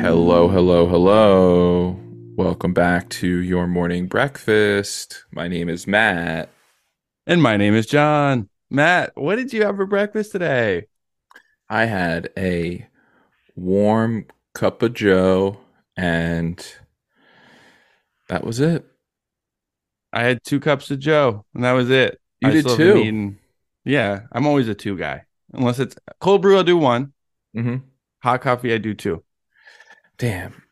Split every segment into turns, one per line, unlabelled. hello, hello. Welcome back to your morning breakfast. My name is Matt.
And my name is John. Matt, what did you have for breakfast today?
I had a warm cup of joe and that was it.
I had two cups of Joe, and that was it.
You
I
did
still haven't
two?
eaten- Yeah, I'm always a two guy. Unless it's cold brew, I'll do one.
hmm
Hot coffee, I do two.
Damn.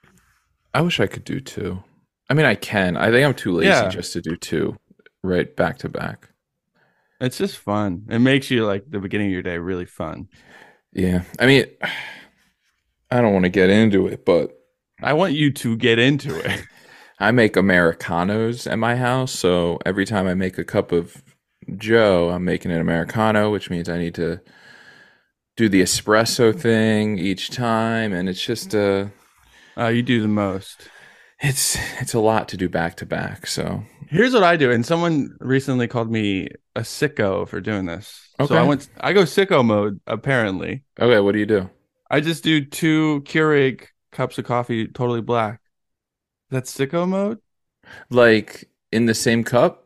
I wish I could do two. I mean, I can. I think I'm too lazy
Yeah.
just to do two right back to back.
It's just fun. It makes you like the beginning of your day really fun.
Yeah. I mean, I don't want to get into it, but
I want you to get into it.
I make Americanos at my house, so every time I make a cup of Joe, I'm making an Americano, which means I need to do the espresso thing each time, and it's just uh
Uh, you do the most.
it's it's a lot to do back to back. So
Here's what I do, and someone recently called me a sicko for doing this.
Okay.
So I went. I go sicko mode. Apparently,
okay, what do you do?
I just do two Keurig cups of coffee, totally black. That's sicko mode.
Like in the same cup?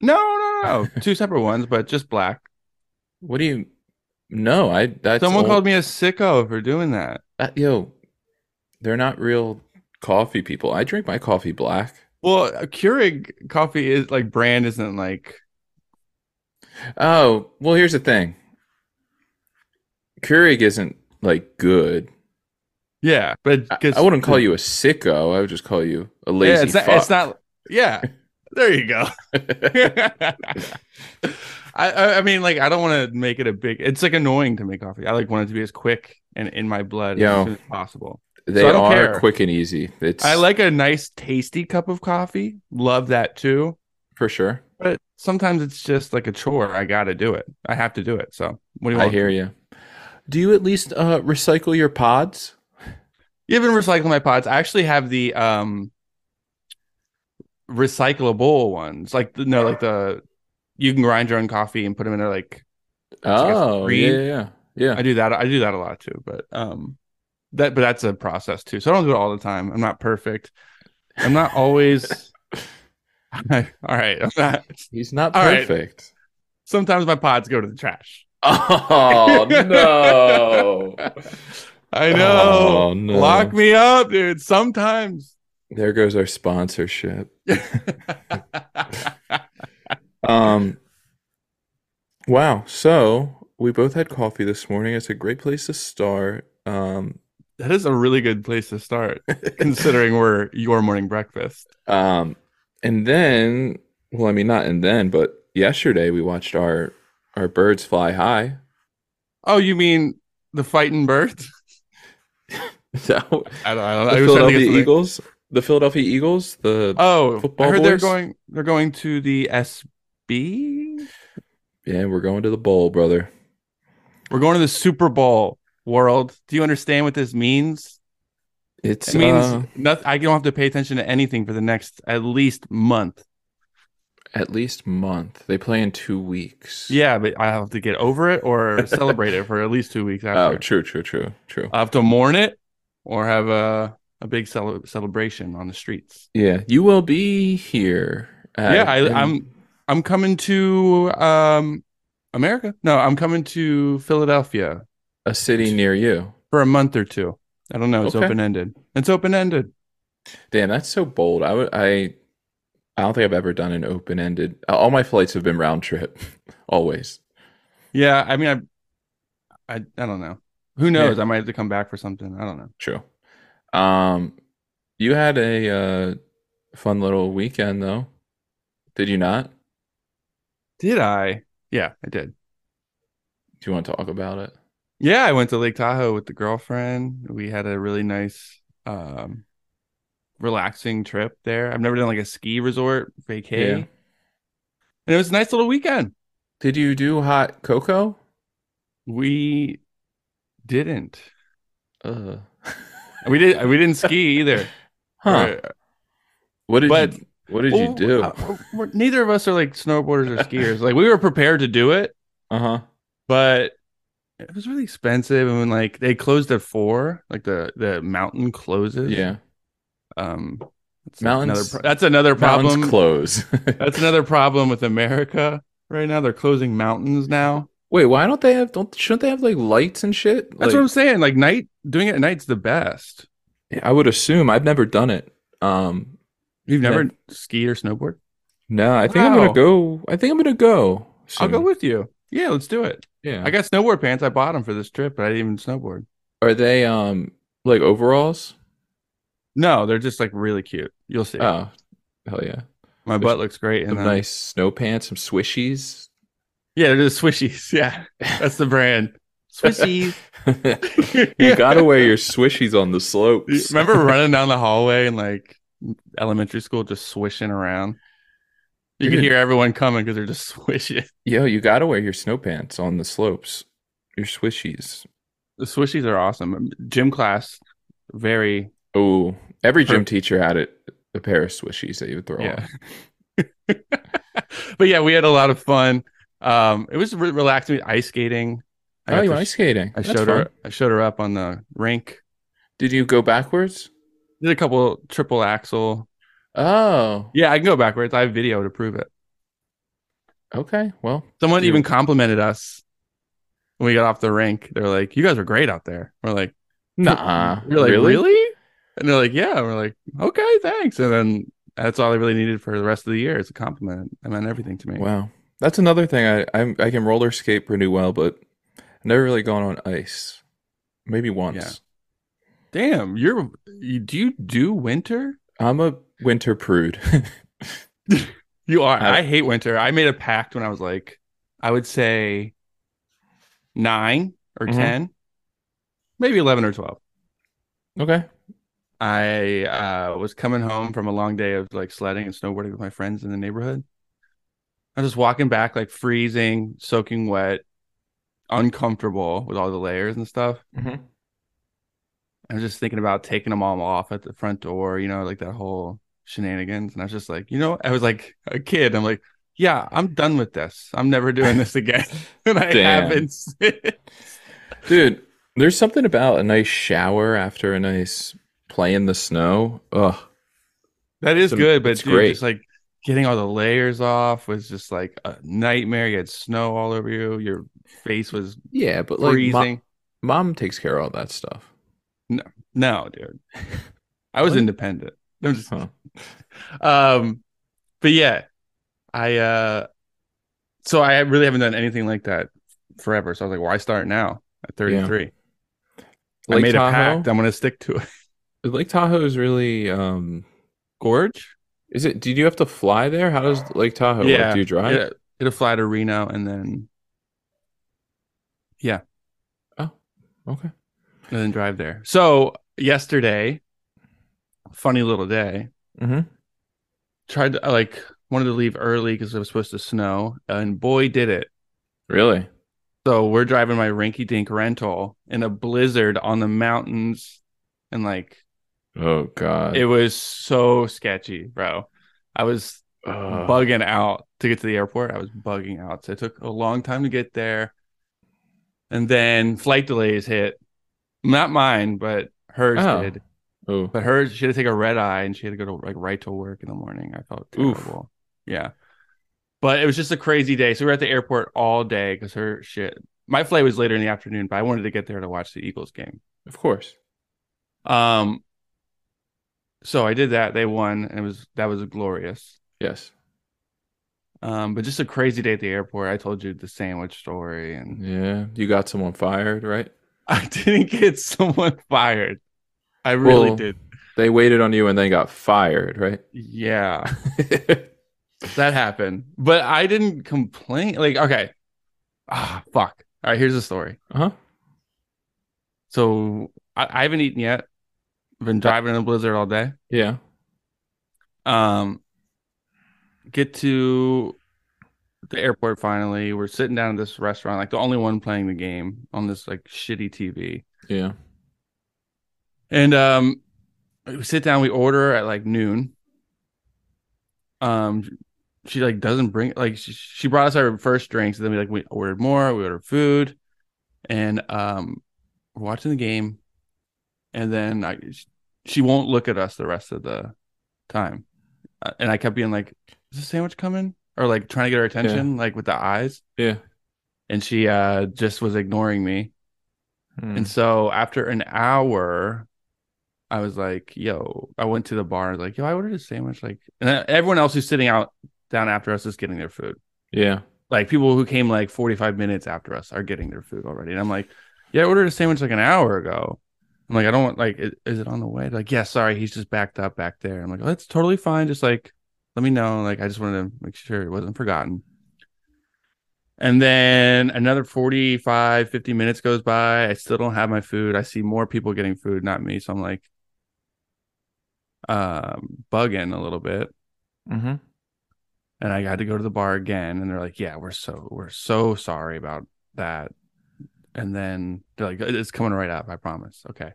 No, no, no. Two separate ones, but just black.
What do you? No, I that's
Someone
all-
called me a sicko for doing that.
that, yo. They're not real coffee people. I drink my coffee black.
Well, a Keurig coffee is like brand isn't like
Oh, well, here's the thing. Keurig isn't like good.
yeah, but
I, I wouldn't call you a sicko. I would just call you a lazy
yeah, it's not,
fuck.
it's not. Yeah, there you go. I, I I mean like I don't want to make it a big. It's like annoying to make coffee. I like want it to be as quick and in my blood
Yo.
as soon as possible.
they
so I don't
are
care.
quick and easy. It's
I like a nice tasty cup of coffee. Love that too.
for sure.
But sometimes it's just like a chore. I got to do it. I have to do it. So what do you
I
want?
hear you. Do you at least uh, recycle your pods?
You've been recycling my pods. I actually have the um recyclable ones. Like the, no, like the you can grind your own coffee and put them in a like like a
Oh, yeah,
screen.
yeah, yeah. Yeah.
I do that. I do that a lot too, but um that but that's a process too. So I don't do it all the time. I'm not perfect. I'm not always all right. I'm not
He's not
All right.
perfect.
sometimes my pods go to the trash.
Oh no!
I know.
Oh, no.
Lock me up, dude. Sometimes.
There goes our sponsorship. Um. Wow. So we both had coffee this morning. It's a great place to start. Um.
That is a really good place to start, considering we're your morning breakfast.
Um, and then, well, I mean, not and then, but yesterday we watched our our birds fly high.
Oh, you mean the fighting birds?
So
I don't, I
the
don't know. I was trying
Philadelphia
to get something-
Eagles, the Philadelphia Eagles, the
Oh,
Football
I heard they're
boys?
going. They're going to the SB.
yeah, we're going to the bowl, brother.
We're going to the Super Bowl world. Do you understand what this means?
It's
It means
uh,
nothing. I don't have to pay attention to anything for the next at least month.
at least month. They play in two weeks.
Yeah, but I have to get over it or celebrate it for at least two weeks
Oh,
after.
true, true, true, true.
I have to mourn it or have a a big cele- celebration on the streets.
Yeah, you will be here. at-
Yeah, I,
in-
I'm I'm coming to um America. No, I'm coming to Philadelphia
a city near you.
for a month or two. I don't know. It's
Okay.
open ended. It's open ended.
Damn, that's so bold. I would I I don't think I've ever done an open ended. All my flights have been round trip, always.
Yeah, I mean, I I, I don't know. Who knows? I might have to come back for something. I don't know.
True. Um, you had a uh, fun little weekend though, did you not?
Did I? Yeah, I did.
Do you want to talk about it?
Yeah, I went to Lake Tahoe with the girlfriend. We had a really nice, um, relaxing trip there. I've never done like a ski resort vacay,
Yeah.
and it was a nice little weekend.
Did you do hot cocoa?
We didn't.
Uh,
We did. We didn't ski either.
huh?
Or-
What did
but-
you What did you
Oh,
do?
uh, uh, we're- neither
Uh-huh.
of us are like snowboarders or skiers. Like we were prepared to do it,
Uh huh.
but it was really expensive and when like they closed at four like the the mountain closes
Yeah.
um that's
Mountains-
another pro- that's another problem
Mountains close.
that's another problem with america right now they're closing mountains now
Wait, why don't they have? Don't shouldn't they have like lights and shit?
that's
Like-
what i'm saying like night doing it at night's the best
I would assume. I've never done it. Um,
you've never skied or snowboard
no, I think I'm gonna
Wow.
go. I think I'm gonna go.
i'll go
soon.
with you yeah let's do it
Yeah.
i got snowboard pants i bought them for this trip but i didn't even snowboard
Are they um like overalls?
no they're just like really cute you'll see
Oh, hell yeah!
my butt looks great and
Some
then,
nice snow pants, some swishies.
yeah they're just swishies yeah that's the brand swishies
you gotta wear your swishies on the
You
slopes.
Remember running down the hallway and like elementary school, just swishing around. You could
Dude.
hear everyone coming because they're just swishing.
Yo, you gotta wear your snow pants on the slopes. Your swishies.
The swishies are awesome. Gym class, very
Oh, every gym teacher had it. A pair of swishies that you would throw
yeah.
on.
but yeah, we had a lot of fun. Um, it was re- relaxing. Ice skating. I
Oh,
got
you
to-
ice skating.
I
That's
showed
fun.
her. I showed her up on the rink.
Did you go backwards?
Did a couple triple axel.
Oh,
Yeah, I can go backwards. I have video to prove it.
okay. Well,
Someone
You-
even complimented us when we got off the rink. They're like, "You guys are great out there." We're like.
Nah,
You're like, really? And they're like, yeah. And we're like, okay, thanks. And then that's all I really needed for the rest of the year. It's a compliment. It meant everything to me.
Wow, that's another thing. I I'm, I can roller skate pretty well, but I've never really gone on ice. Maybe once.
Yeah. Damn, you're you, do you do winter?
I'm a winter prude.
You are.
I-
I, hate winter. I made a pact when I was like, I would say nine or
Mhm.
ten, maybe eleven or twelve.
okay.
I uh, was coming home from a long day of like sledding and snowboarding with my friends in the neighborhood. I was just walking back, like freezing, soaking wet, uncomfortable with all the layers and stuff.
Mm-hmm.
I was just thinking about taking them all off at the front door, you know, like that whole shenanigans. And I was just like, you know, I was like a kid. I'm like, yeah, I'm done with this. I'm never doing this again. and I
Damn.
haven't. since.
Dude, there's something about a nice shower after a nice play in the snow. Ugh.
that is
It's-
good, but
it's
dude,
great.
just like getting all the layers off was just like a nightmare. You had snow all over you. Your face was
Yeah, but like mo-
freezing.
mom takes care of all that stuff.
no, dude, I was
What?
independent. I'm just
Huh.
um but yeah i uh so i really haven't done anything like that forever so i was like why start now at 33 i
Lake
made
Tahoe.
a pact i'm gonna stick to it
Lake Tahoe is really um
gorge
is it did you have to fly there? How does Lake Tahoe work?
Yeah,
Do you drive?
yeah it'll fly to reno and then
Okay.
and then drive there so yesterday funny little day
Mm-hmm.
tried to I, like wanted to leave early because it was supposed to snow and boy did it
Really?
So we're driving my rinky dink rental in a blizzard on the mountains. And like,
Oh god.
it was so sketchy, bro. I was
Ugh.
bugging out to get to the airport. I was bugging out. So it took a long time to get there. And then flight delays hit. Not mine, but hers
Oh.
did.
Oh.
But hers, she had to take a red eye and she had to go to like right to work in the morning. I felt
Oof.
terrible. Yeah. But it was just a crazy day. So we were at the airport all day because her shit. My flight was later in the afternoon, but I wanted to get there to watch the Eagles game.
Of course.
Um, so I did that. They won, and it was that was glorious.
Yes.
Um, but just a crazy day at the airport. I told you the sandwich story, and
Yeah. You got someone fired, right?
I didn't get someone fired. I really
Well-
did.
They waited on you and then got fired, right?
Yeah. that happened but i didn't complain like okay ah fuck all right here's the story
huh?
so i, I haven't eaten yet I've been driving in a blizzard all day
Yeah.
um get to the airport finally we're sitting down at this restaurant like the only one playing the game on this like shitty tv
Yeah.
and um we sit down we order at like noon um she like doesn't bring like she, she brought us our first drinks and then we like we ordered more we ordered food and um, we're watching the game, and then I she won't look at us the rest of the time, Uh, and I kept being like, "Is the sandwich coming?" Or like trying to get her attention, like with the eyes,
Yeah.
and she uh just was ignoring me.
Mm.
And so after an hour, I was like, yo, I went to the bar. I was like, yo, I ordered a sandwich. Like, and then everyone else who's sitting out down after us is getting their food.
yeah.
Like, people who came like 45 minutes after us are getting their food already. And I'm like, yeah, I ordered a sandwich like an hour ago. I'm like, I don't want, like, i- is it on the way? They're Like, yeah, sorry. He's just backed up back there. I'm like, oh, that's totally fine. Just like, let me know. Like, I just wanted to make sure it wasn't forgotten. And then another 45, 50 minutes goes by. I still don't have my food. I see more people getting food, not me. So I'm like, um, bugging a little bit.
Mm-hmm.
And I had to go to the bar again. And they're like, yeah, we're so, we're so sorry about that. And then they're like, it's coming right up. I promise. Okay.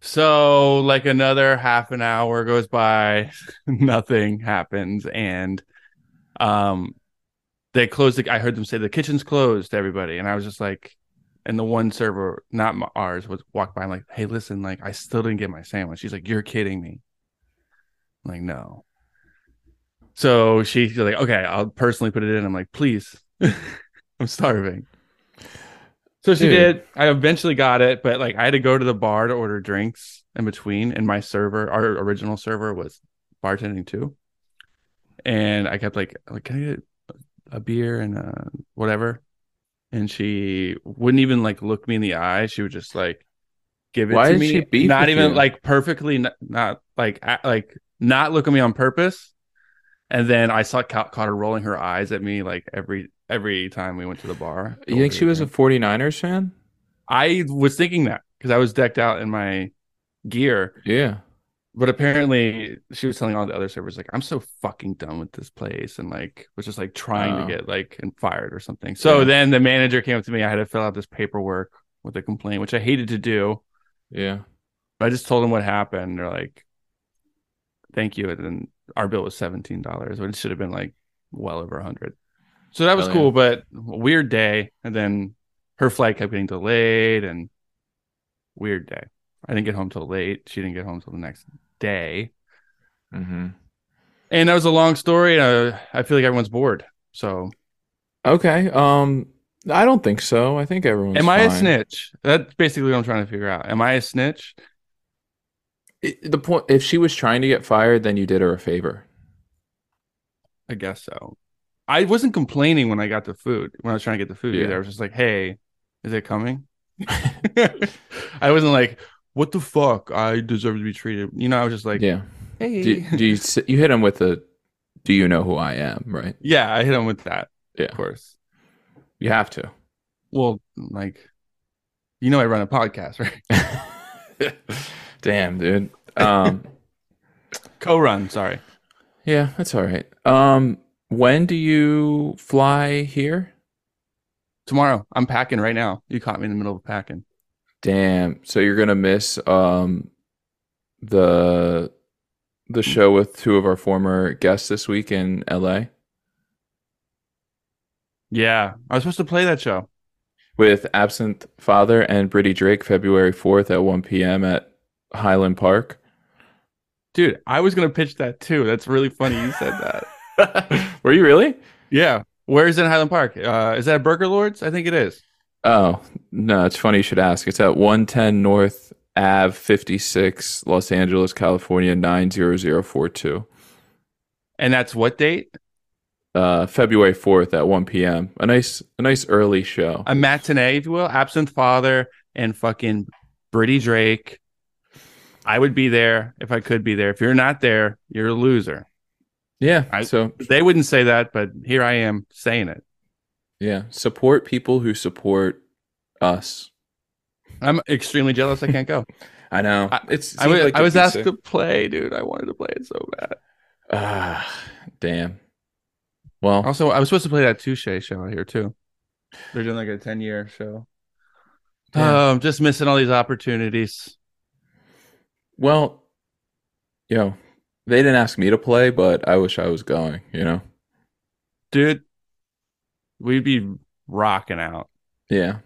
So like another half an hour goes by, nothing happens. And, um, they closed the, I heard them say the kitchen's closed to everybody. And I was just like, and the one server, not my, ours, was walked by. I'm like, hey, listen, like, I still didn't get my sandwich. She's like, you're kidding me. I'm like, no. So she's like, okay, I'll personally put it in. I'm like, please, I'm starving. So she
Dude.
did. I eventually got it, but like, I had to go to the bar to order drinks in between. And my server, our original server, was bartending too. And I kept like, like, can I get a beer and uh whatever and she wouldn't even like look me in the eye she would just like give it
Why
to
did
me
she beef
not
with
even
you?
like perfectly not, not like a- like not look at me on purpose and then i saw ca- caught her rolling her eyes at me like every every time we went to the bar
You think she was a 49ers fan?
i was thinking that because i was decked out in my gear
Yeah.
but apparently she was telling all the other servers like i'm so fucking done with this place and like was just like trying
Oh.
to get like and fired or something so
Yeah.
then the manager came up to me i had to fill out this paperwork with a complaint which i hated to do
Yeah.
but i just told them what happened they're like thank you and then our bill was $17 when it should have been like well over 100 so that was
Hell yeah.
cool but a weird day and then her flight kept getting delayed and weird day i didn't get home till late she didn't get home till the next day
Mm-hmm.
and that was a long story and I, I feel like everyone's bored so
Okay. Um, I don't think so. I think everyone's.
am i a
fine.
snitch that's basically what i'm trying to figure out am i a snitch
It- the point, if she was trying to get fired, then you did her a favor.
i guess so i wasn't complaining when i got the food when i was trying to get the food
Yeah.
either i was just like hey is it coming i wasn't like what the fuck i deserve to be treated you know i was just like
yeah.
hey
Do, do you s- you hit him with a? Do you know who I am? Right.
yeah i hit him with that
Yeah.
of course
You have to.
well like you know i run a podcast right
Damn, dude. Um,
co-run sorry
yeah, that's all right. Um, when do you fly here?
tomorrow i'm packing right now you caught me in the middle of packing
Damn. So you're gonna miss um the the show with two of our former guests this week in LA
Yeah, I was supposed to play that show.
with Absinthe Father and Brittany Drake February 4th at 1 p.m. at Highland Park.
Dude, I was going to pitch that too. That's really funny you said that.
Were you really?
yeah. Where is it in Highland Park? Uh, is that Burger Lords? I think it is.
Oh, no, it's funny you should ask. It's at 110 North Ave 56, Los Angeles, California 90042.
And that's what date?
Uh, February 4th at 1 p.m. A nice a nice early show.
A matinee, if you will. Absinthe Father and fucking Brittany Drake. I would be there if I could be there. If you're not there, you're a loser.
yeah.
I-
so
They wouldn't say that, but here I am saying it.
Yeah, support people who support us.
I'm extremely jealous I can't go.
I know.
I-
it's
I was,
seems like
I
a
was
piece
asked
of-
to play, dude. I wanted to play it so bad.
Ah, damn. Well,
Also, I was supposed to play that Touche show here too. They're doing like a ten year show.
damn.
Um, just missing all these opportunities.
well, yo, they didn't ask me to play, but I wish I was going. You know.
Dude, we'd be rocking out.
Yeah.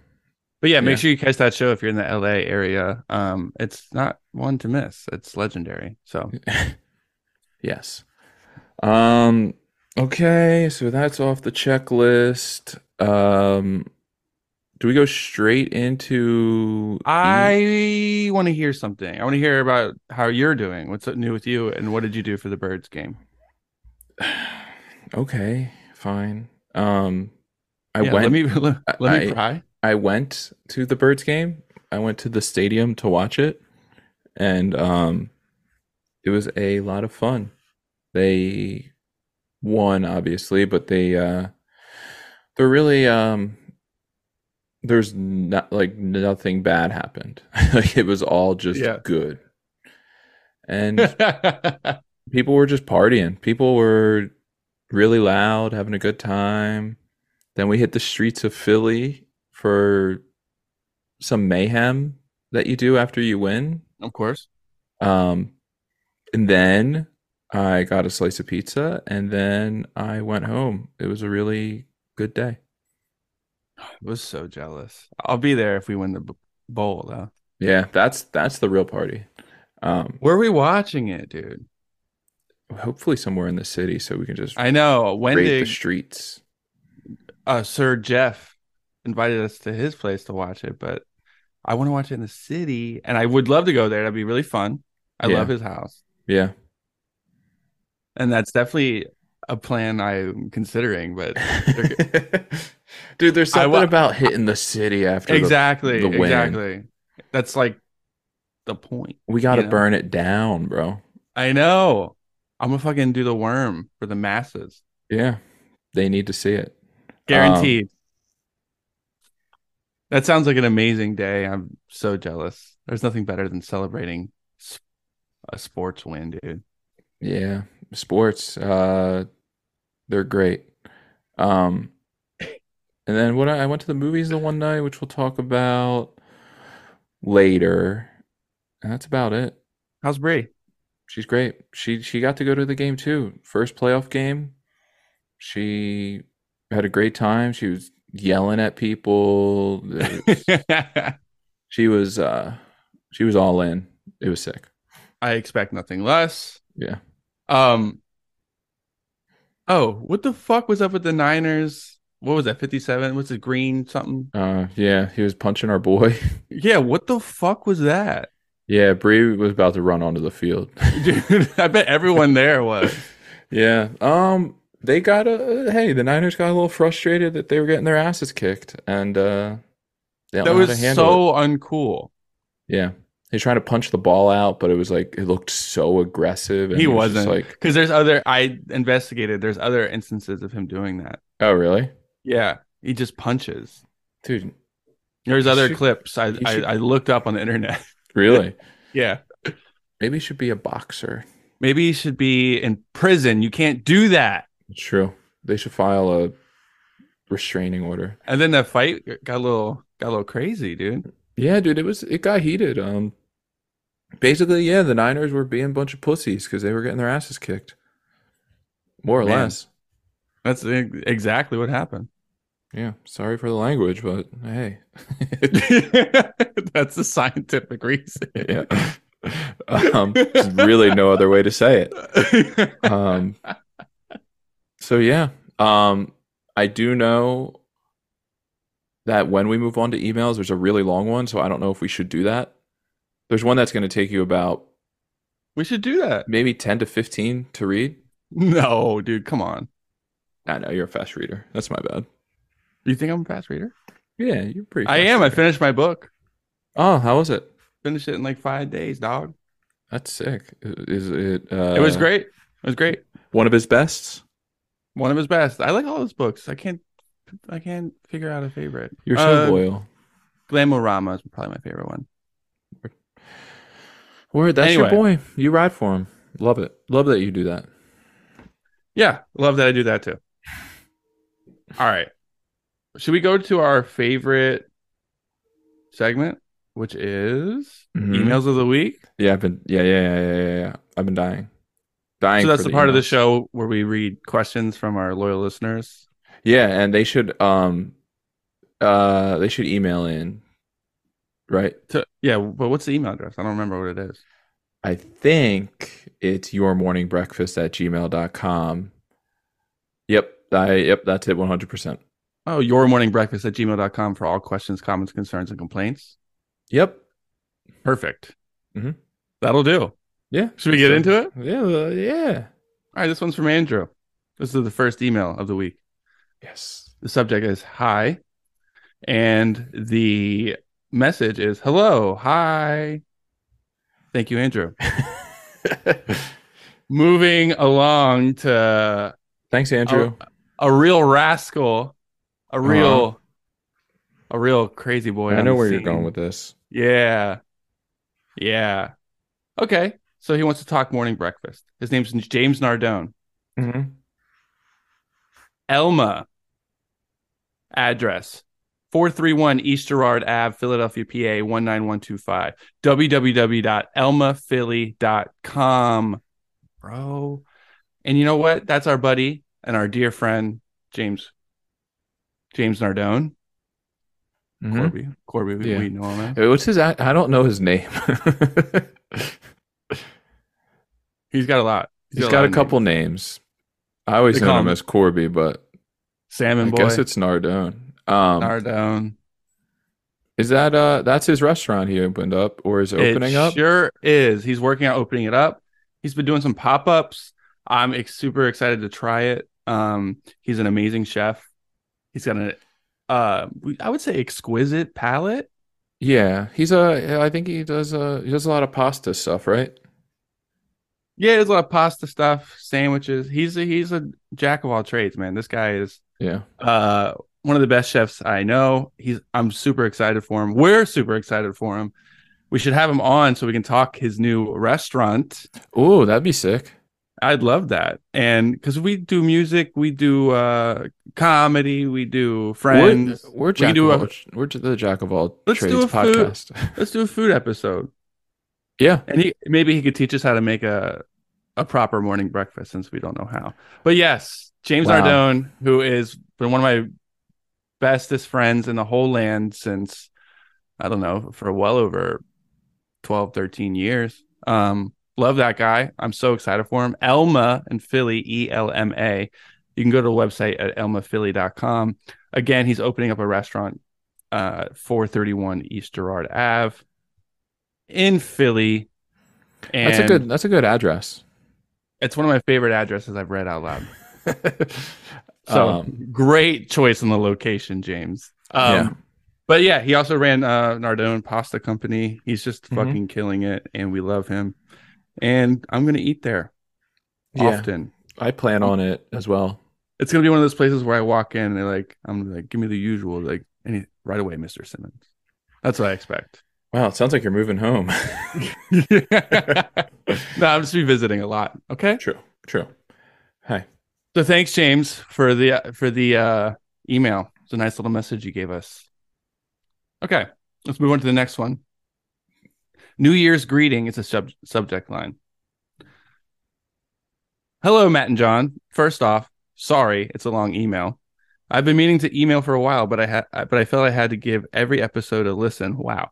But yeah, make
Yeah.
sure you catch that show if you're in the LA area. Um, it's not one to miss. It's legendary. So
Yes. Um okay, so that's off the checklist. Um do we go straight into
I want to hear something. I want to hear about how you're doing. What's new with you, and what did you do for the birds game?
E? Okay, fine. Um I
Yeah,
went
Let me let, let me
I-
pry.
I went to the Birds game. I went to the stadium to watch it, and um, it was a lot of fun. They won, obviously, but they uh, they're really um, there's not like nothing bad happened. like it was all just
Yeah.
good, and people were just partying. People were really loud, having a good time. Then we hit the streets of Philly for some mayhem that you do after you win.
of course.
Um, and then I got a slice of pizza and then I went home. It was a really good day.
I was so jealous. I'll be there if we win the b- bowl, though.
Yeah, that's that's the real party. Um,
Where are we watching it, dude?
hopefully somewhere in the city so we can just
I know. When
raid the
did
streets.
uh, Sir Jeff invited us to his place to watch it? But I want to watch it in the city, and I would love to go there. That'd be really fun. I
Yeah.
love his house,
Yeah.
and that's definitely a plan I'm considering. But
Dude, there's
I
something
wa-
about hitting the city after the
exactly,
the win.
exactly. That's like the point.
We got to
You know?
burn it down, bro.
I know. I'm gonna fucking do the worm for the masses,
Yeah. They need to see it.
guaranteed. that sounds like an amazing day. I'm so jealous. There's nothing better than celebrating s- a sports win, dude.
Yeah. Sports, uh they're great. Um and then what I, I went to the movies the one night, which we'll talk about later. And that's about it.
How's Brie?
She's great. She she got to go to the game too. First playoff game. She had a great time. She was yelling at people. It was- she was uh she was all in it was sick
I expect nothing less.
yeah
Um. Oh, what the fuck was up with the Niners? What was that? 57? What's it? Green something?
uh yeah he was punching our boy
Yeah. What the fuck was that?
yeah Bree was about to run onto the field
dude. I bet everyone there was.
yeah um they got a hey the niners got a little frustrated that they were getting their asses kicked and uh they don't
That
know how to
was
handle
so uncool.
it. yeah he's trying to punch the ball out but it was like it looked so aggressive and
He
it was just
wasn't
like
because there's other. I investigated. There's other instances of him doing that.
oh really
Yeah, he just punches.
dude
There's
You
other
should-
clips I,
you
I
should-
I looked up on the internet.
really
yeah,
maybe he should be a boxer
maybe he should be in prison. You can't do that.
it's true they should file a restraining order
And then that fight got a little got a little crazy, dude.
Yeah, dude, it was it got heated. Um, basically, yeah, the Niners were being a bunch of pussies because they were getting their asses kicked, more or
Man.
less.
That's e- exactly what happened.
Yeah, sorry for the language, but hey,
That's the scientific reason.
yeah, um, there's really no other way to say it. Um, so yeah, um, I do know that when we move on to emails, there's a really long one, so I don't know if we should do that. There's one that's going to take you about
we should do that.
maybe 10 to 15 to read.
No, dude, come on.
I know you're a fast reader. That's my bad.
Do you think I'm a fast reader?
Yeah, you're pretty.
I
fast
am. I
reader.
finished my book.
oh, how was it?
Finished it in like five days, dog.
That's sick. Is it? Uh,
it was great. It was great.
One of his bests.
One of his best. I like all his books. I can't. I can't figure out a favorite.
You're so
Uh,
loyal.
Glamorama is probably my favorite one.
Word, that's your
anyway.
boy. You ride for him. Love it. Love that you do that.
Yeah, love that I do that too. All right. Should we go to our favorite segment, which is
Mhm.
emails of the week?
Yeah, I've been. Yeah, yeah, yeah, yeah, yeah, yeah. I've been dying. Dying.
So that's
for
the part of the
emails.
show where we read questions from our loyal listeners.
Yeah, and they should um, uh, they should email in right?
To, yeah, but what's the email address? I don't remember what it is.
I think it's your morning breakfast at gmail.com. Yep. I yep, that's it 100 percent
Oh, your morning breakfast at gmail.com for all questions, comments, concerns, and complaints.
Yep.
Perfect.
Mhm.
That'll do.
Yeah.
Should we get into it?
Yeah, uh, yeah.
All right, this one's from Andrew. This is the first email of the week.
Yes.
The subject is hi, and the message is hello, hi. Thank you, Andrew. Moving along to
Thanks, Andrew.
Oh, a real rascal, a real, a real crazy boy.
Uh-huh. I
on
know
the
where you're
scene.
going with this.
Yeah, yeah. Okay, so he wants to talk morning breakfast. His name's James Nardone.
Mm-hmm.
Elma. Address 431 East Gerard Ave, Philadelphia, PA 19125. www.elmaphilly.com. Bro. And you know what? That's our buddy and our dear friend, James. James Nardone. Corby. Corby, we,
Mm-hmm. Yeah.
we know him. man.
What's his? I I don't know his name.
He's got a lot.
He's got
lot
a
of
couple
names.
names. I always
They
know
call
him
him-
as Corby, but
Salmon
I
Boy.
guess it's Nardone. Um,
Nardone.
Is that uh that's his restaurant he opened up or is it opening
it
up?
Sure is. He's working on opening it up. He's been doing some pop ups. I'm ex- super excited to try it. Um, he's an amazing chef. He's got an, uh, we- I would say exquisite palate.
Yeah, he's a I think he does a he does a lot of pasta stuff, right?
Yeah, there's a lot of pasta stuff, sandwiches. He's a, he's a jack of all trades, man. This guy is
Yeah.
uh one of the best chefs I know. He's I'm super excited for him. We're super excited for him. We should have him on so we can talk his new restaurant.
Oh, that'd be sick.
I'd love that. And because we do music, we do uh comedy, we do friends.
We're, we're jack
do
of
a-
all, we're the jack of all
Let's
trades
do a food-
podcast.
Let's do a food episode.
yeah.
And he maybe he could teach us how to make a a proper morning breakfast since we don't know how. But yes, James
Wow.
Ardone, who is been one of my bestest friends in the whole land since I don't know, for well over 12, 13 years. Um, love that guy. I'm so excited for him. Elma and Philly, E L M A. You can go to the website at elmaphilly.com. Again, he's opening up a restaurant, uh, 431 East Gerard Ave in Philly. And
That's a good that's a good address.
It's one of my favorite addresses I've read out loud. So
Um,
great choice in the location, James. Um,
Yeah.
But yeah, he also ran uh, Nardone Pasta Company. He's just
Mhm.
fucking killing it, and we love him. And I'm gonna eat there
yeah.
often.
I plan on it as well.
It's gonna be one of those places where I walk in and they're like, I'm gonna be like, give me the usual, like, any right away, Mister Simmons. That's what I expect.
Wow, it sounds like you're moving home.
no, I'm just revisiting a lot. Okay.
true. True. Hi.
So thanks, James, for the for the uh, email. It's a nice little message you gave us. Okay, let's move on to the next one. New Year's greeting is a sub- subject line. Hello, Matt and John. First off, sorry it's a long email. I've been meaning to email for a while, but I had but I felt I had to give every episode a listen. Wow.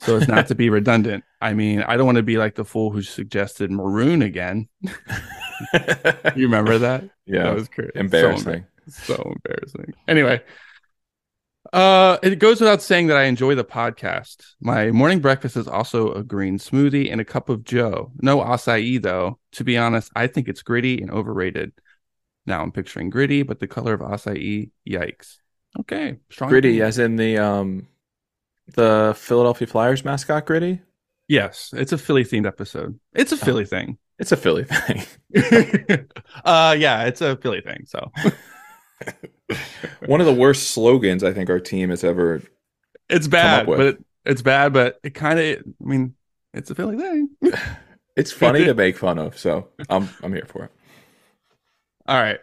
So as not to be redundant. I mean, I don't want to be like the fool who suggested maroon again. You remember that?
yeah.
That was crazy.
embarrassing.
So embarrassing. Anyway, uh, it goes without saying that I enjoy the podcast. My morning breakfast is also a green smoothie and a cup of Joe. No acai though. To be honest, I think it's gritty and overrated. Now I'm picturing gritty, but the color of acai, yikes. Okay, strong.
Gritty,
opinion.
as in the um, the Philadelphia Flyers mascot, Gritty.
Yes, it's a Philly themed episode. It's a Philly thing.
It's a Philly thing.
uh, yeah, it's a Philly thing. So
One of the worst slogans I think our team has ever.
it's bad,
with.
but it, it's bad, but it kind of. I mean, it's a Philly thing.
It's funny to make fun of, so I'm I'm here for it.
All right.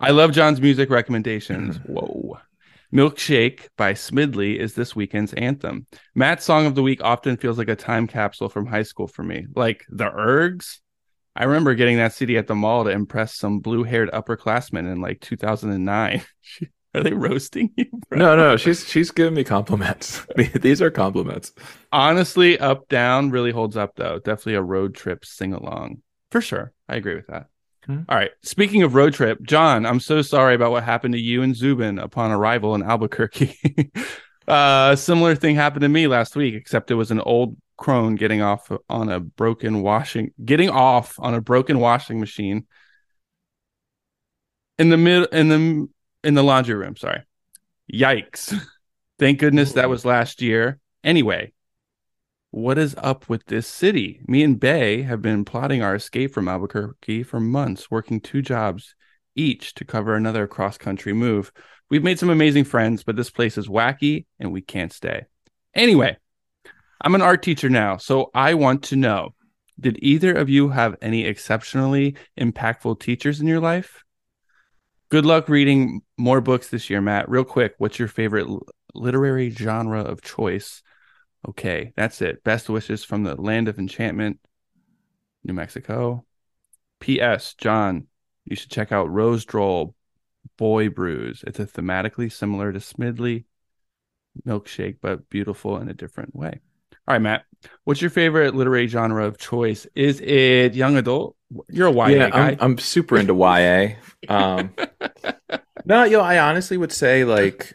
I love John's music recommendations. Whoa. Milkshake by Smidley is this weekend's anthem. Matt's song of the week often feels like a time capsule from high school for me, like The Ergs. I remember getting that CD at the mall to impress some blue haired upperclassmen in like 2009. Are they roasting you? Bro?
No, no, she's she's giving me compliments. These are compliments.
Honestly, up down really holds up though. Definitely a road trip sing along for sure. I agree with that.
Hmm.
All right. Speaking of road trip, John, I'm so sorry about what happened to you and Zubin upon arrival in Albuquerque. uh, similar thing happened to me last week, except it was an old crone getting off on a broken washing, getting off on a broken washing machine in the mid in the in the laundry room. Sorry. Yikes! Thank goodness that was last year. Anyway, what is up with this city? Me and Bay have been plotting our escape from Albuquerque for months, working two jobs each to cover another cross country move. We've made some amazing friends, but this place is wacky and we can't stay. Anyway, I'm an art teacher now, so I want to know did either of you have any exceptionally impactful teachers in your life? Good luck reading more books this year, Matt. Real quick, what's your favorite l- literary genre of choice? Okay, that's it. Best wishes from the land of enchantment, New Mexico. P.S. John, you should check out Rose Droll Boy Brews. It's a thematically similar to Smidley milkshake, but beautiful in a different way. All right, Matt, what's your favorite literary genre of choice? Is it young adult? You're a YA
yeah,
guy.
I'm, I'm super into YA. Um, no, yo, I honestly would say like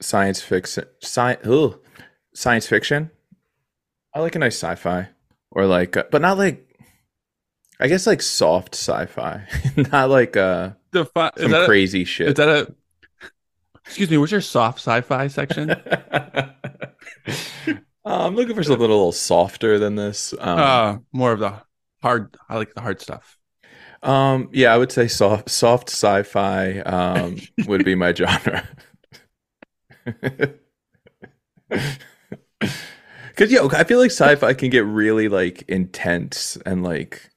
science fiction. Sci- ugh, science fiction. I like a nice sci-fi, or like, uh, but not like. I guess like soft sci-fi, not like uh
Defi- is
some
that a-
crazy shit.
Is that a excuse me? What's your soft sci-fi section?
Uh-huh. Uh, I'm looking for something a little softer than this. Um,
uh, more of the hard. I like the hard stuff.
um, yeah, I would say soft, soft sci-fi um, would be my genre. Because yo, I feel like sci-fi can get really like intense and like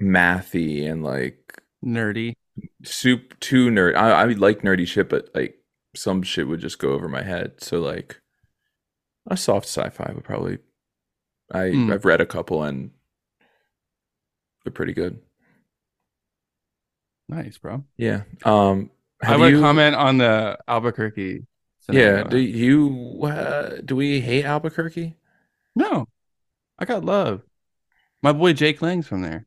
mathy and like
Nerdy.
soup too nerd. I, I like nerdy shit, but like some shit would just go over my head. So like a soft sci-fi would probably. I
Hmm.
I've read a couple and they're pretty good.
Nice, bro.
Yeah. Um.
I
have
want to
you-
comment on the Albuquerque.
Yeah.
scenario.
Do you uh, do we hate Albuquerque?
no, I got love. My boy Jake Lang's from there.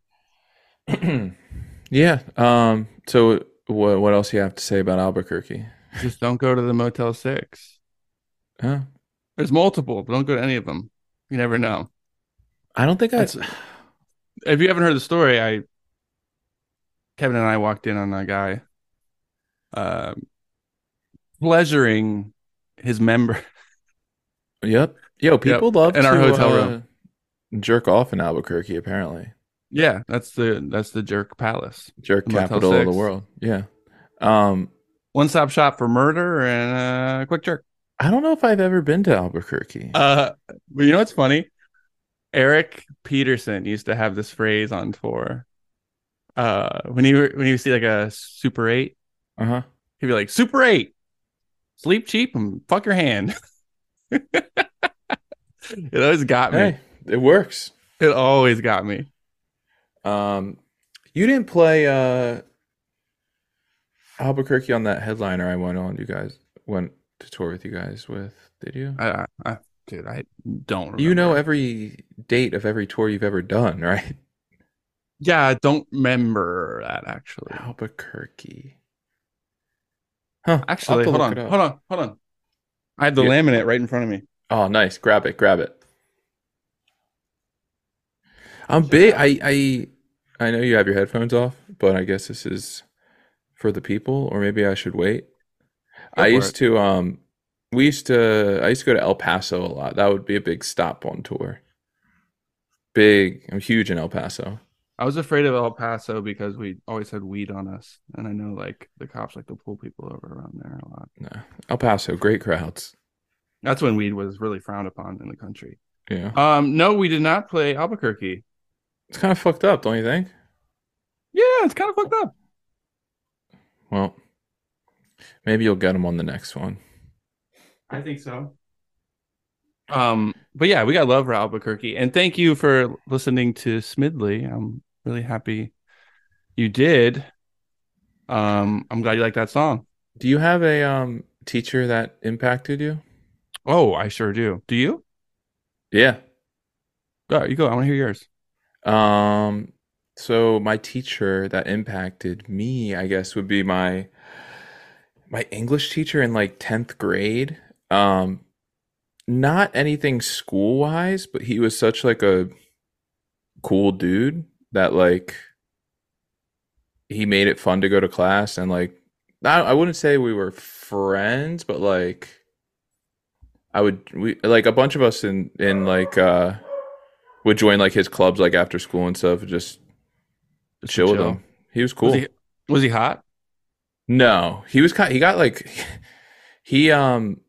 yeah. Um. So what what else you have to say about Albuquerque?
Just don't go to the Motel Six.
Huh?
There's multiple, but don't go to any of them. You never know.
I don't think I.
That's- If you haven't heard the story, I Kevin and I walked in on a guy uh, pleasuring his member.
Yep. Yo, people love
in our
to,
hotel
uh,
room.
Jerk off in Albuquerque, apparently.
Yeah, that's the that's the jerk palace.
Jerk
The Motel
capital of the
Six.
world. Yeah. Um,
One stop shop for murder and uh quick jerk.
I don't know if I've ever been to Albuquerque.
Uh but you know what's funny? Eric Peterson used to have this phrase on tour. Uh when he when he would see like a super eight,
Uh huh.
he'd be like, Super eight, sleep cheap and fuck your hand. it always got me.
Hey, it works.
It always got me.
Um, you didn't play uh Albuquerque on that headliner I went on. You guys went to tour with you guys with, did you?
I, I, I dude, I don't remember.
You know every date of every tour you've ever done, right?
Yeah, I don't remember that actually.
Albuquerque. Huh. I'll have
Actually,
to
hold
look
on,
it up.
hold on, hold on. I have the
Yeah.
laminate right in front of me.
Oh, nice. Grab it. Grab it. I'm big. I, I I know you have your headphones off, but I guess this is for the people, or maybe I should wait.
Go
I
for
used to um we used to I used to go to El Paso a lot. That would be a big stop on tour. Big I'm huge in El Paso.
I was afraid of El Paso because we always had weed on us, and I know like the cops like to pull people over around there a lot.
No. El Paso, great crowds.
That's when weed was really frowned upon in the country.
Yeah.
Um, no, we did not play Albuquerque.
It's kind of fucked up, don't you think?
Yeah, it's kind of fucked up.
Well, maybe you'll get them on the next one.
I think so. Um, but yeah, we got love for Albuquerque, and thank you for listening to Smidley. I'm really happy you did. Um, I'm glad you like that song.
Do you have a um teacher that impacted you?
Oh, I sure do. Do you?
Yeah.
Go, you go. I want to hear yours.
Um, so my teacher that impacted me, I guess, would be my my English teacher in like tenth grade. Um, not anything school wise, but he was such like a cool dude that like he made it fun to go to class and like I, I wouldn't say we were friends, but like I would we like a bunch of us in in like uh would join like his clubs like after school and stuff and just
Just to
chill with him. He was cool.
Was he, was he hot?
no, he was kind. He got like he um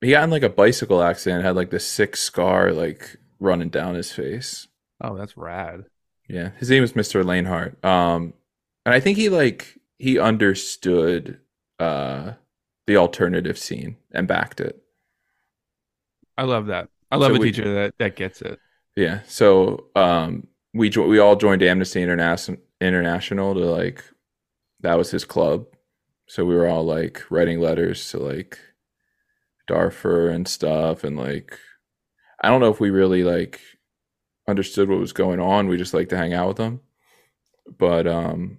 he got in like a bicycle accident. Had like the sick scar like running down his face.
Oh, that's rad.
Yeah, his name was Mr. Lanehart. Um, and I think he like he understood uh the alternative scene and backed it.
I love that. I love
So
a
we-
teacher that that gets it.
Yeah. So um, we jo- we all joined Amnesty International International to like that was his club. So we were all like writing letters to like Darfur and stuff, and like I don't know if we really like understood what was going on. We just like to hang out with them, but um,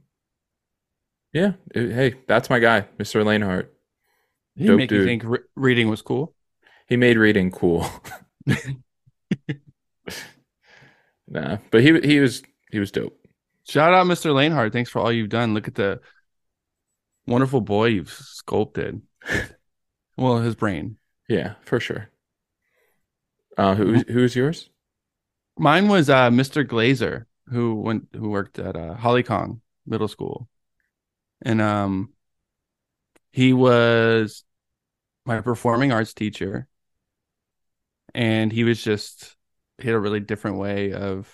yeah. it- hey, that's my guy, Mr. Lanehart.
Did he
Dope
make you
dude.
think re- reading was cool?
He made reading cool. nah, but he he was he was dope.
Shout out, Mr. Lanehart. Thanks for all you've done. Look at the wonderful boy you've sculpted. well, his brain.
Yeah, for sure. Uh, who who's yours?
Mine was uh, Mr. Glazer, who went who worked at uh, Holly Kong Middle School, and um, he was my performing arts teacher, and he was just he had a really different way of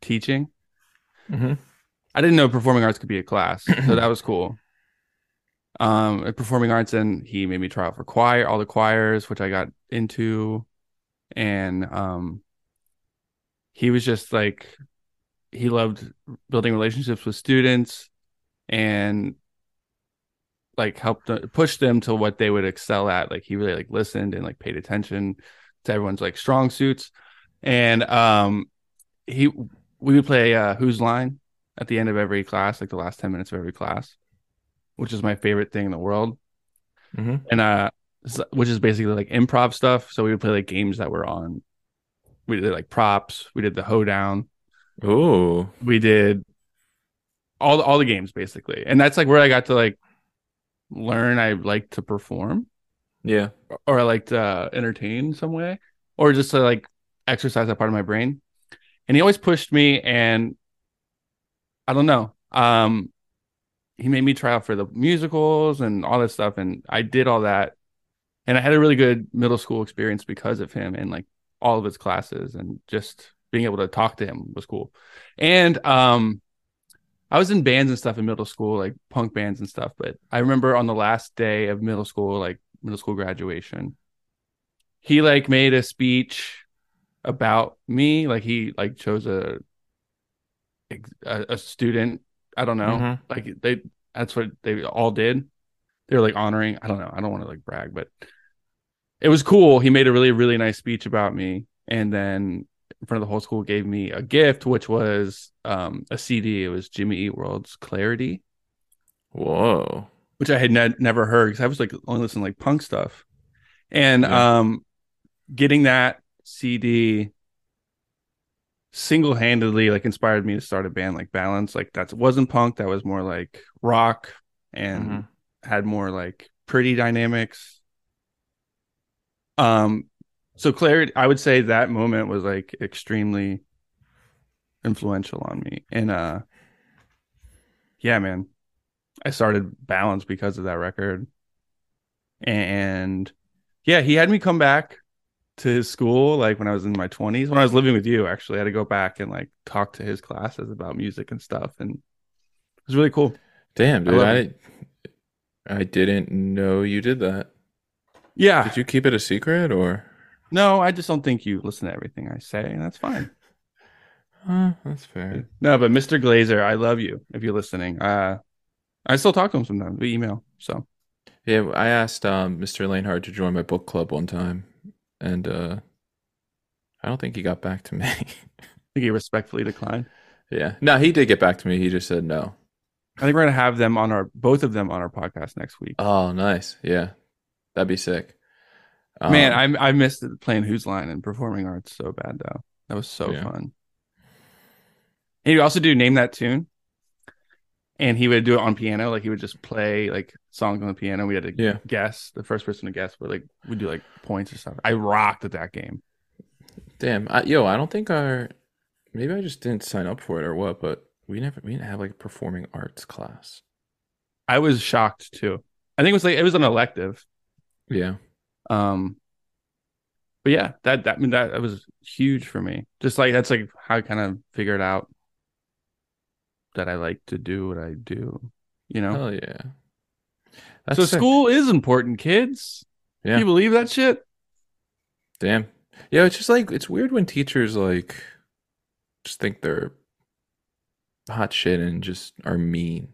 teaching. Mm-hmm. I didn't know performing arts could be a class, so that was cool. Um, at performing arts, and he made me try out for choir, all the choirs, which I got into, and um, he was just like, he loved building relationships with students, and like helped them, push them to what they would excel at. Like he really like listened and like paid attention to everyone's like strong suits, and um, he we would play uh, Who's Line at the end of every class, like the last 10 minutes of every class, which is my favorite thing in the world.
Mhm.
And uh s- which is basically like improv stuff. So we would play like games that were on we did like props, we did the hoedown,
Ooh,
we did all all the games basically. And that's like where I got to like learn I like to perform
yeah,
or I like to uh, entertain in some way, or just to like exercise that part of my brain. And he always pushed me, and I don't know. Um, he made me try out for the musicals and all that stuff, and I did all that, and I had a really good middle school experience because of him and like all of his classes, and just being able to talk to him was cool. And um, I was in bands and stuff in middle school, like punk bands and stuff. But I remember on the last day of middle school, like middle school graduation he like made a speech about me like he like chose a a, a student i don't know
Mhm.
like they that's what they all did they were like honoring i don't know i don't want to like brag but it was cool he made a really really nice speech about me and then in front of the whole school gave me a gift which was um a cd it was jimmy eat world's clarity
Whoa,
which I had ne- never heard because I was like only listening to like punk stuff, and
Yeah.
um, getting that CD single handedly like inspired me to start a band like Balance. Like that wasn't punk; that was more like rock and
Mhm.
had more like pretty dynamics. Um, so Clarity, I would say that moment was like extremely influential on me, and uh, yeah, man. I started Balance because of that record. And yeah, he had me come back to his school like when I was in my 20s, when I was living with you actually. I had to go back and like talk to his classes about music and stuff and it was really cool.
damn,
I
dude!
love
I, I didn't know you did that.
Yeah.
Did you keep it a secret or?
No, I just don't think you listen to everything I say and that's fine.
Uh, that's fair.
No, but Mr. Glazer, I love you if you're listening. Uh I still talk to him sometimes via email. So
Yeah, I asked um, Mr. Lanehart to join my book club one time, and uh, I don't think he got back to me.
I think he respectfully declined.
yeah, no, he did get back to me. He just said no.
I think we're gonna have them on our both of them on our podcast next week.
Oh, nice. Yeah, that'd be sick. Um,
Man, I I missed playing Who's Line and performing arts so bad though. That was so
Yeah.
fun. And you also do name that tune, and he would do it on piano. Like he would just play like songs on the piano. We had to
yeah,
guess. The first person to guess would like we do like points or stuff. I rocked at that game.
damn. I, yo, I don't think our maybe I just didn't sign up for it or what, but we never we didn't have like a performing arts class.
I was shocked too. I think it was like it was an elective.
Yeah,
Um, but yeah, that that I mean that, that was huge for me. Just like that's like how I kind of figured out that I like to do what I do. You know,
hell yeah. Oh, That's
so
sick.
school is important, kids.
Yeah.
You believe that shit?
Damn. Yeah, it's just like it's weird when teachers like just think they're hot shit and just are mean.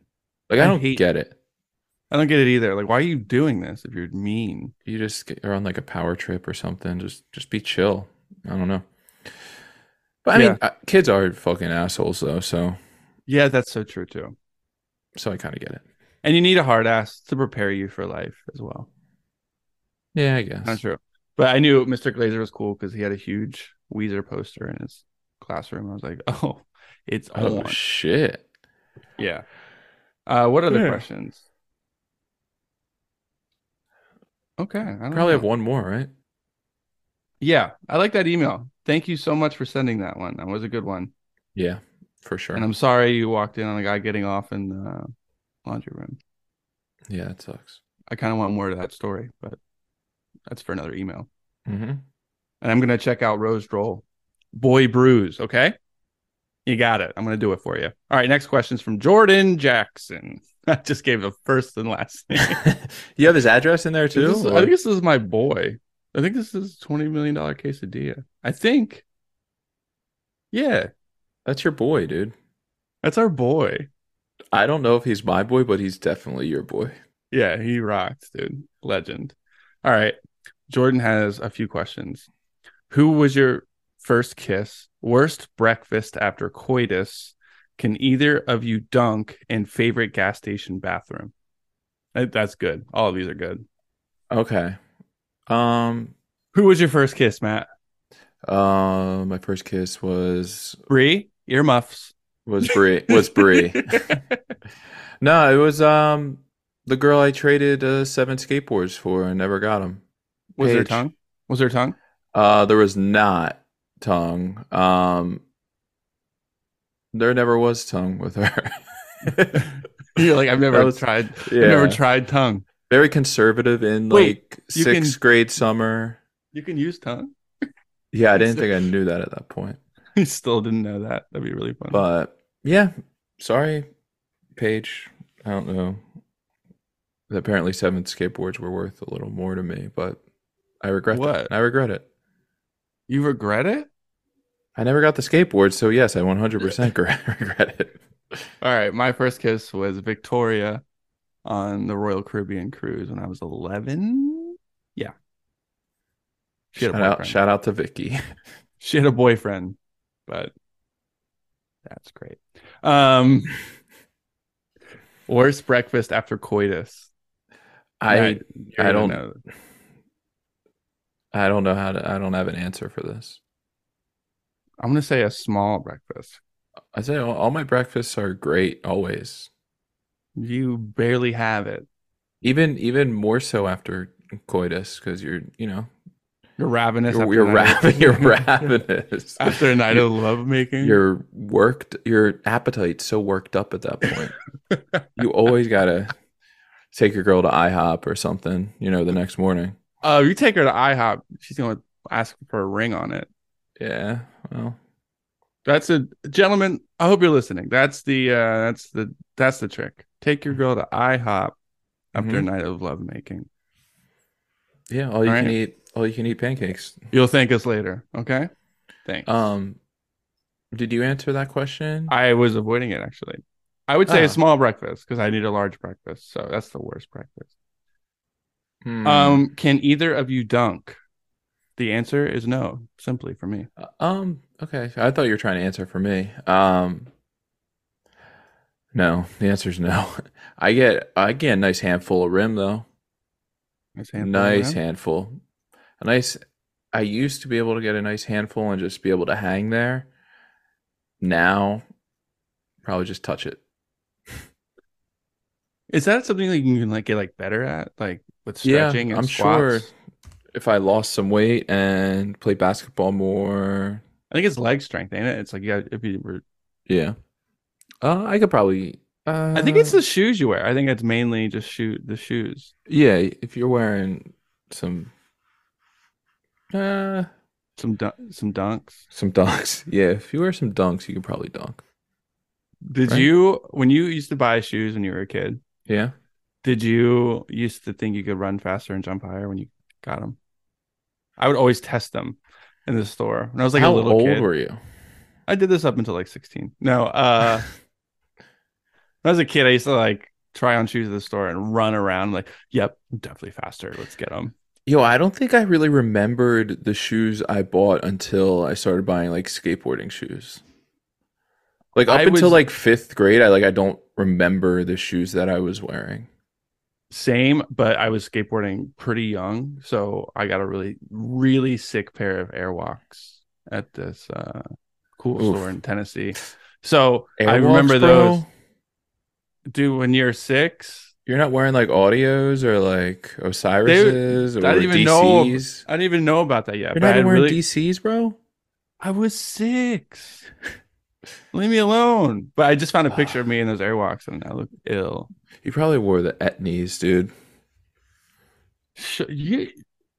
Like I
I
don't
hate-
get it.
I don't get it either. Like, why are you doing this if you're mean?
You just get, are on like a power trip or something. Just just be chill. I don't know. But I mean,
Yeah.
uh, kids are fucking assholes though, so
Yeah, that's so true too.
so I kind of get it.
And you need a hard ass to prepare you for life as well.
Yeah, I
Not
guess.
true. But I knew Mr. Glazer was cool because he had a huge Weezer poster in his classroom. I was like, oh, it's
Oh
on.
shit.
yeah. Uh, what other
Yeah.
questions? Okay. I don't
Probably have
know.
one more, right?
Yeah. I like that email. Thank you so much for sending that one. That was a good one.
Yeah, for sure.
And I'm sorry you walked in on a guy getting off in the laundry room.
Yeah, that sucks.
I kind of want more to that story, but that's for another email.
hmm
and I'm gonna check out Rose Droll. Boy Brews, okay? You got it. I'm gonna do it for you. All right, next question's from Jordan Jackson. I just gave the first and last name.
you have his address in there too?
This is-
or-
I think this is my boy. I think this is twenty million dollar quesadilla. I think. Yeah,
That's your boy, dude.
that's our boy.
I don't know if he's my boy, but he's definitely your boy.
Yeah, he rocked, dude. Legend. All right. Jordan has a few questions. Who was your first kiss? Worst breakfast after coitus? Can either of you dunk in favorite gas station bathroom? That- That's good. All of these are good.
Okay. Um
Who was your first kiss, Matt?
uh my first kiss was
Bree, earmuffs.
was Brie was Brie. no, it was um the girl I traded uh, seven skateboards for and never got them.
was there
Paige.
tongue? Was there tongue?
Uh there was not tongue. Um there never was tongue with her.
You're like, I've never
That was-
tried.
yeah.
I've never tried tongue.
Very conservative in
Wait,
like
you can-
6th grade summer.
You can use tongue.
Yeah, I didn't think I knew that at that point.
You still didn't know that. That'd be really funny.
But yeah, sorry, Paige. I don't know. Apparently, seven skateboards were worth a little more to me, but I regret
What?
that. I regret it.
you regret it?
I never got the skateboard, so yes, I 100% gre- regret it.
All right, my first kiss was Victoria on the Royal Caribbean cruise when I was 11. Yeah. She had a
Shout out,
boyfriend.
shout out to Vicky.
she had a boyfriend, but that's great. Um worst breakfast after coitus.
I
Matt, you're
I
gonna
don't-
know.
I don't know how to. I don't have an answer for this.
I'm going to say a small breakfast.
I say all, all my breakfasts are great always.
You barely have it.
Even even more so after coitus because you're you know
You're ravenous.
you're,
after
you're,
a night of-
rav- you're ravenous
after a night of love making.
You're worked your appetite's so worked up at that point you always gotta take your girl to ihop or something you know the next morning
Oh, you take her to IHOP. She's going to ask for a ring on it.
yeah well
That's a gentleman. I hope you're listening. That's the uh that's the that's the trick. Take your girl to IHOP after
Mm-hmm.
a night of lovemaking.
yeah all you
All
can
right.
eat all you can eat pancakes
You'll thank us later. Okay. Thanks.
um did you answer that question
I was avoiding it actually. I would say
Ah.
a small breakfast because I need a large breakfast. So that's the worst breakfast.
Hmm.
Um, can either of you dunk? The answer is no, simply for me.
Um, okay. I thought you were trying to answer for me. Um, no, the answer's no. I get I get a nice handful of rim though.
Nice hand.
nice handful. A nice I used to be able to get a nice handful and just be able to hang there. Now probably just touch it.
Is that something that you can like get like better at, like with
Yeah,
stretching and
I'm sure.
squats?
If I lost some weight and played basketball more,
I think it's leg strength, ain't it? It's like yeah, if you were.
yeah. Uh, I could probably uh,
I think it's the shoes you wear. I think it's mainly just shoot the shoes.
Yeah, if you're wearing some uh
Some dun- some dunks.
some dunks. Yeah, if you wear some dunks, you can probably dunk.
Did
right?
you when you used to buy shoes when you were a kid?
Yeah.
Did you used to think you could run faster and jump higher when you got them? I would always test them in the store when I was like
How
a little
old
kid.
were you?
I did this up until like 16. No, uh, when I was a kid, I used to like try on shoes at the store and run around like, yep, I'm definitely faster. Let's get them.
Yo, I don't think I really remembered the shoes I bought until I started buying like skateboarding shoes. Like up
I
until
was-
like 5th grade, I like I don't remember the shoes that I was wearing.
Same, but I was skateboarding pretty young, so I got a really, really sick pair of Airwalks at this uh, cool
Oof.
store in Tennessee. So I
Airwalks,
remember
bro?
those. Dude, when you're six,
You're not wearing like Audios or like Osiris's or
I didn't even know-
DC's.
I didn't even know about that yet.
You're
but I
not
had
wearing
really,
DC's, bro?
I was six. Leave me alone. But I just found a picture of me in those Airwalks, and I look ill.
You probably wore the Etnies, dude.
Sh- you,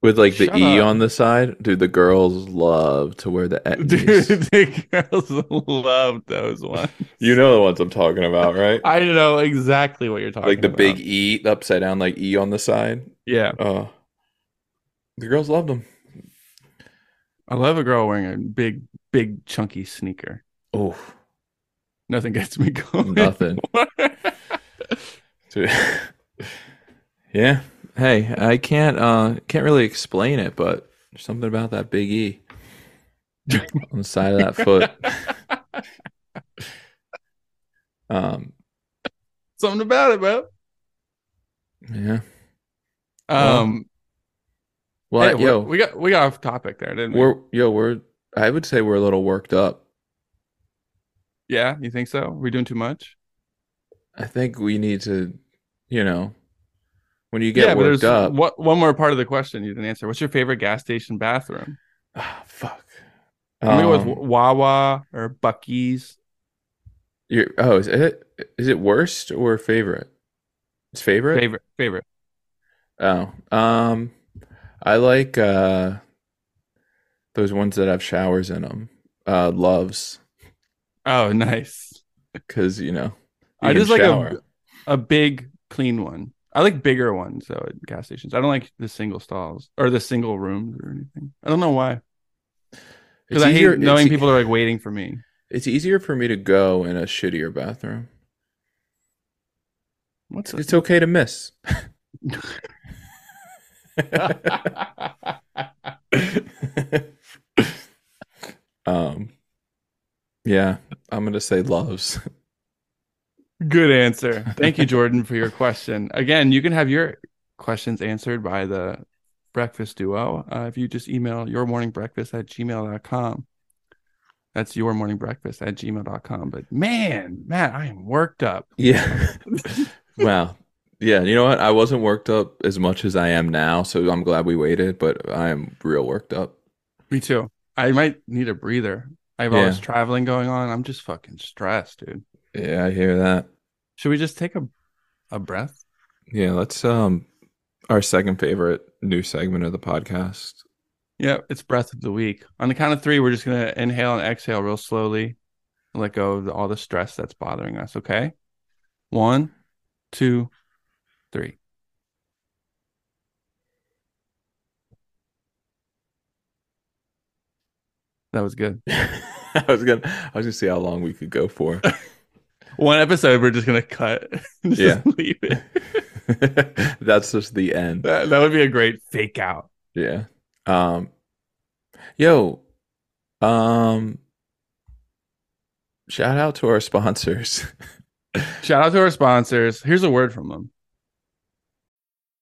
With like the
Shut
E
up.
on the side. Dude, the girls love to wear the
dude,
etnies.
the girls love those ones.
you know the ones I'm talking about, right?
I know exactly what you're talking
like the
about.
big E, the upside down like E on the side.
yeah.
Uh the girls loved them.
I love a girl wearing a big, big, chunky sneaker.
Oh,
Nothing gets me going.
nothing. Dude. yeah. Hey, I can't uh can't really explain it, but there's something about that big E on the side of that foot. Um
Something about it, bro.
yeah.
Um,
Well,
hey,
I-
we-
yo,
we got we got off topic there, didn't we?
We're yo, we're I would say we're a little worked up.
yeah, you think so? we doing too much?
I think we need to, you know, when you get
yeah, but
worked
there's
up,
what one more part of the question you didn't answer. What's your favorite gas station bathroom?
ah, fuck.
I'm gonna
Um,
go with Wawa or Bucky's.
your- oh, is it is it worst or favorite? It's favorite.
Favorite, favorite.
Oh, um, I like uh those ones that have showers in them. Uh, loves
Oh, nice.
because you know you
I
can
just like a,
shower.
a big clean one. I like bigger ones though at gas stations. I don't like the single stalls or the single rooms or anything. I don't know why. Because
It's
I
easier-
hate knowing
it's- e-
people are like waiting for me.
It's easier for me to go in a shittier bathroom.
What's
It's okay to miss. um, yeah, I'm gonna say loves.
good answer? Thank you, Jordan, for your question. Again, you can have your questions answered by the breakfast duo uh, if you just email your morning breakfast at gmail.com. That's your morning breakfast at gmail.com. But man, Matt, I am worked up.
Yeah. wow. Yeah. You know what? I wasn't worked up as much as I am now, so I'm glad we waited. But I am real worked up.
Me too. I might need a breather. I have all this traveling going on. I'm just fucking stressed, dude.
Yeah, I hear that.
Should we just take a a breath?
Yeah. Let's um, our second favorite new segment of the podcast.
Yeah, it's breath of the week. On the count of three, we're just gonna inhale and exhale real slowly, and let go of all the stress that's bothering us. Okay, one, two, three. That was good.
I was gonna, I was gonna see how long we could go for.
One episode, we're just gonna cut. just
Yeah.
leave it.
That's just the end.
That, that would be a great fake out.
Yeah. Um yo, um shout out to our sponsors.
Shout out to our sponsors. Here's a word from them.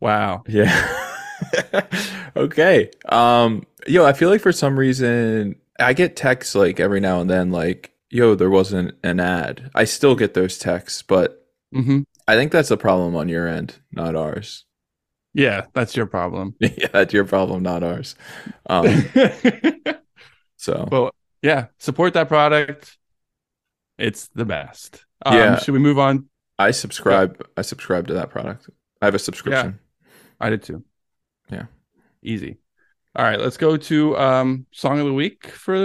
Wow.
Yeah. okay. Um yo, I feel like for some reason I get texts like every now and then like, yo, there wasn't an ad. I still get those texts, but
hmm
I think that's a problem on your end, not ours.
Yeah, that's your problem.
yeah, that's your problem, not ours. Um so
well, yeah, support that product. It's the best. Um,
Yeah.
Should we move on?
I subscribe I subscribe to that product. I have a subscription.
I did too.
Yeah.
Easy. All right, let's go to um, song of the week for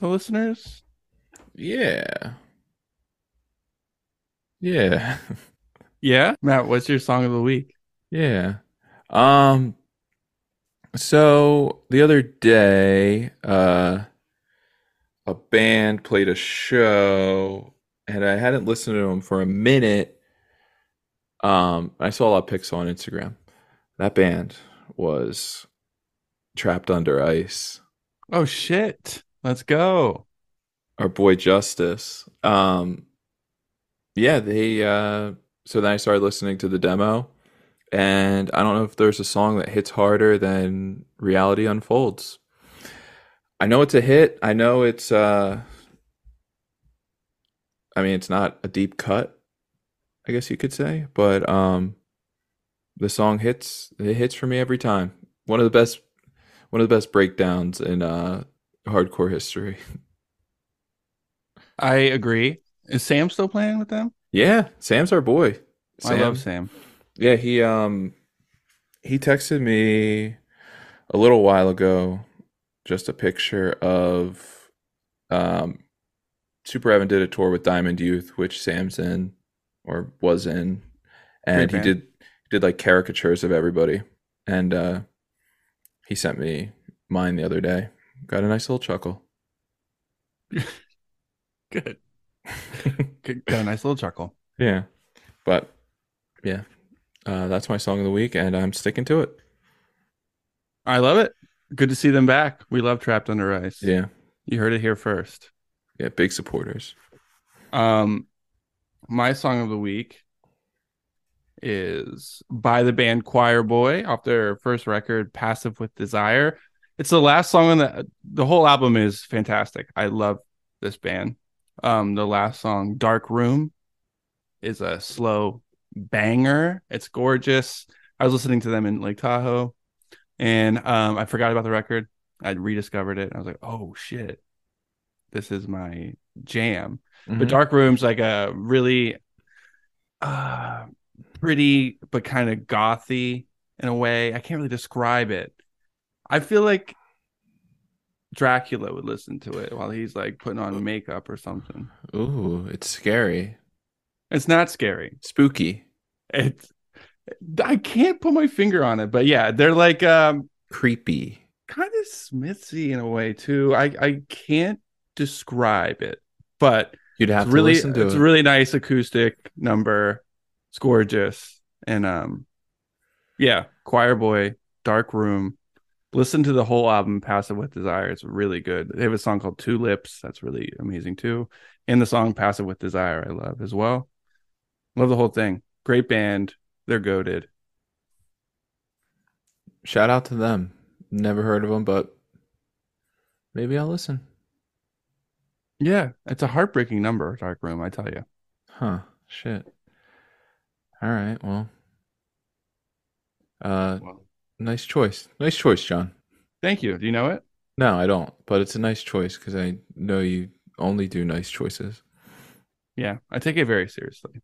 the listeners.
Yeah. Yeah.
Yeah, Matt, what's your song of the week?
Yeah. Um so the other day uh a band played a show and I hadn't listened to them for a minute. Um I saw a lot of pics on Instagram. That band was Trapped Under Ice.
Oh shit! Let's go.
Our boy Justice. Um yeah, they uh so then I started listening to the demo. and I don't know if there's a song that hits harder than Reality Unfolds. I know it's a hit. I know it's uh I mean it's not a deep cut, I guess you could say, but um the song hits it hits for me every time. One of the best one of the best breakdowns in uh hardcore history.
I agree. Is Sam still playing with them?
Yeah, Sam's our boy.
I love Sam.
Yeah, he um he texted me a little while ago just a picture of um Super Evan did a tour with Diamond Youth, which Sam's in or was in, and he
band.
did did like caricatures of everybody. And uh he sent me mine the other day. Got a nice little chuckle.
Good. Good. Got a nice little chuckle.
Yeah. But yeah. Uh that's my song of the week and I'm sticking to it.
I love it. Good to see them back. We love Trapped Under Ice.
Yeah.
You heard it here first.
Yeah, big supporters.
Um, my song of the week is by the band Choir Boy off their first record, Passive with Desire. It's the last song on the the whole album is fantastic. I love this band. Um, the last song, Dark Room, is a slow banger. It's gorgeous. I was listening to them in Lake Tahoe, and um, I forgot about the record. I rediscovered it. I was like, oh shit, this is my jam but
Mhm.
dark room's like a really uh pretty but kind of gothy in a way i can't really describe it i feel like dracula would listen to it while he's like putting on makeup or something
Ooh, it's scary.
it's not scary
Spooky.
it's i can't put my finger on it but yeah they're like um
Creepy.
kind of smithsy in a way too i i can't describe it but
You'd have
it's
to
really
listen to
it's
it.
a really nice acoustic number it's gorgeous and um yeah choir boy dark room listen to the whole album passive with desire it's really good they have a song called two lips that's really amazing too and the song passive with desire i love as well love the whole thing great band they're goaded
Shout out to them. Never heard of them, but maybe I'll listen.
yeah it's a heartbreaking number dark room i tell you
Huh. Shit. All right. Well. Uh,
Well.
nice choice. Nice choice, John.
thank you do you know it
No, I don't, but it's a nice choice because I know you only do nice choices.
yeah i take it very seriously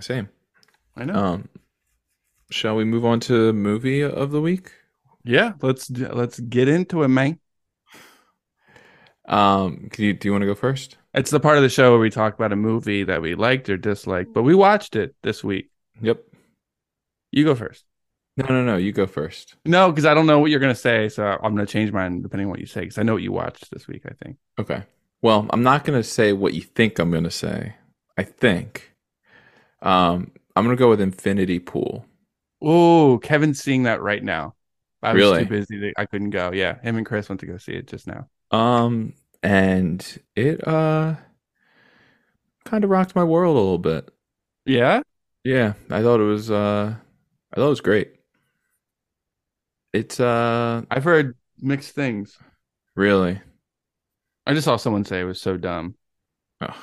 Same.
I know.
Um, shall we move on to movie of the week?
yeah, let's d- let's get into it, man.
Um, can you, do you want to go first?
It's the part of the show where we talk about a movie that we liked or disliked, but we watched it this week.
Yep.
You go first.
No, no, no. You go first.
No, because I don't know what you're gonna say, so I'm gonna change mine depending on what you say. Because I know what you watched this week. I think.
Okay. Well, I'm not going to say what you think I'm going to say. I think. Um, I'm going to go with Infinity Pool.
Oh, Kevin's seeing that right now. I was
Really?
too busy. To, I couldn't go. Yeah, him and Chris went to go see it just now.
Um, and it uh kind of rocked my world a little bit.
Yeah,
Yeah, I thought it was uh I thought it was great. It's uh
I've heard mixed things.
really
I just saw someone say it was so dumb.
Ugh.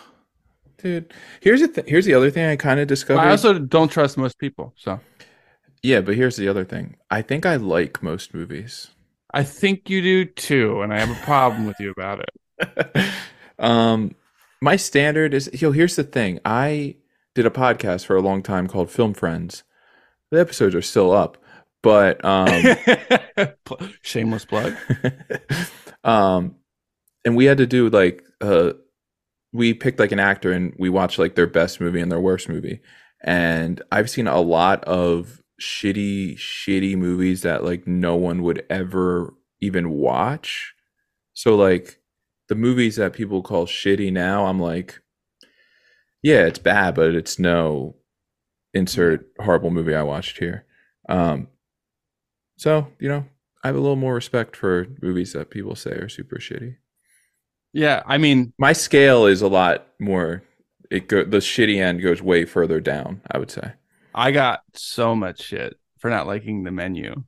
dude. Here's the th- here's the other thing I kind of
But
discovered.
I also don't trust most people, so
yeah, but here's the other thing. I think I like most movies.
I think you do too, and I have a problem with you about it.
um my standard is yo here's the thing i did a podcast for a long time called film friends the episodes are still up but um
Pl- Shameless plug.
um and we had to do like uh we picked like an actor and we watched like their best movie and their worst movie and i've seen a lot of shitty shitty movies that like no one would ever even watch so like the movies that people call shitty now i'm like yeah it's bad but it's no insert horrible movie i watched here um so you know I have a little more respect for movies that people say are super shitty.
Yeah, I mean,
My scale is a lot more. It go the shitty end goes way further down. I would say.
I got so much shit for not liking the menu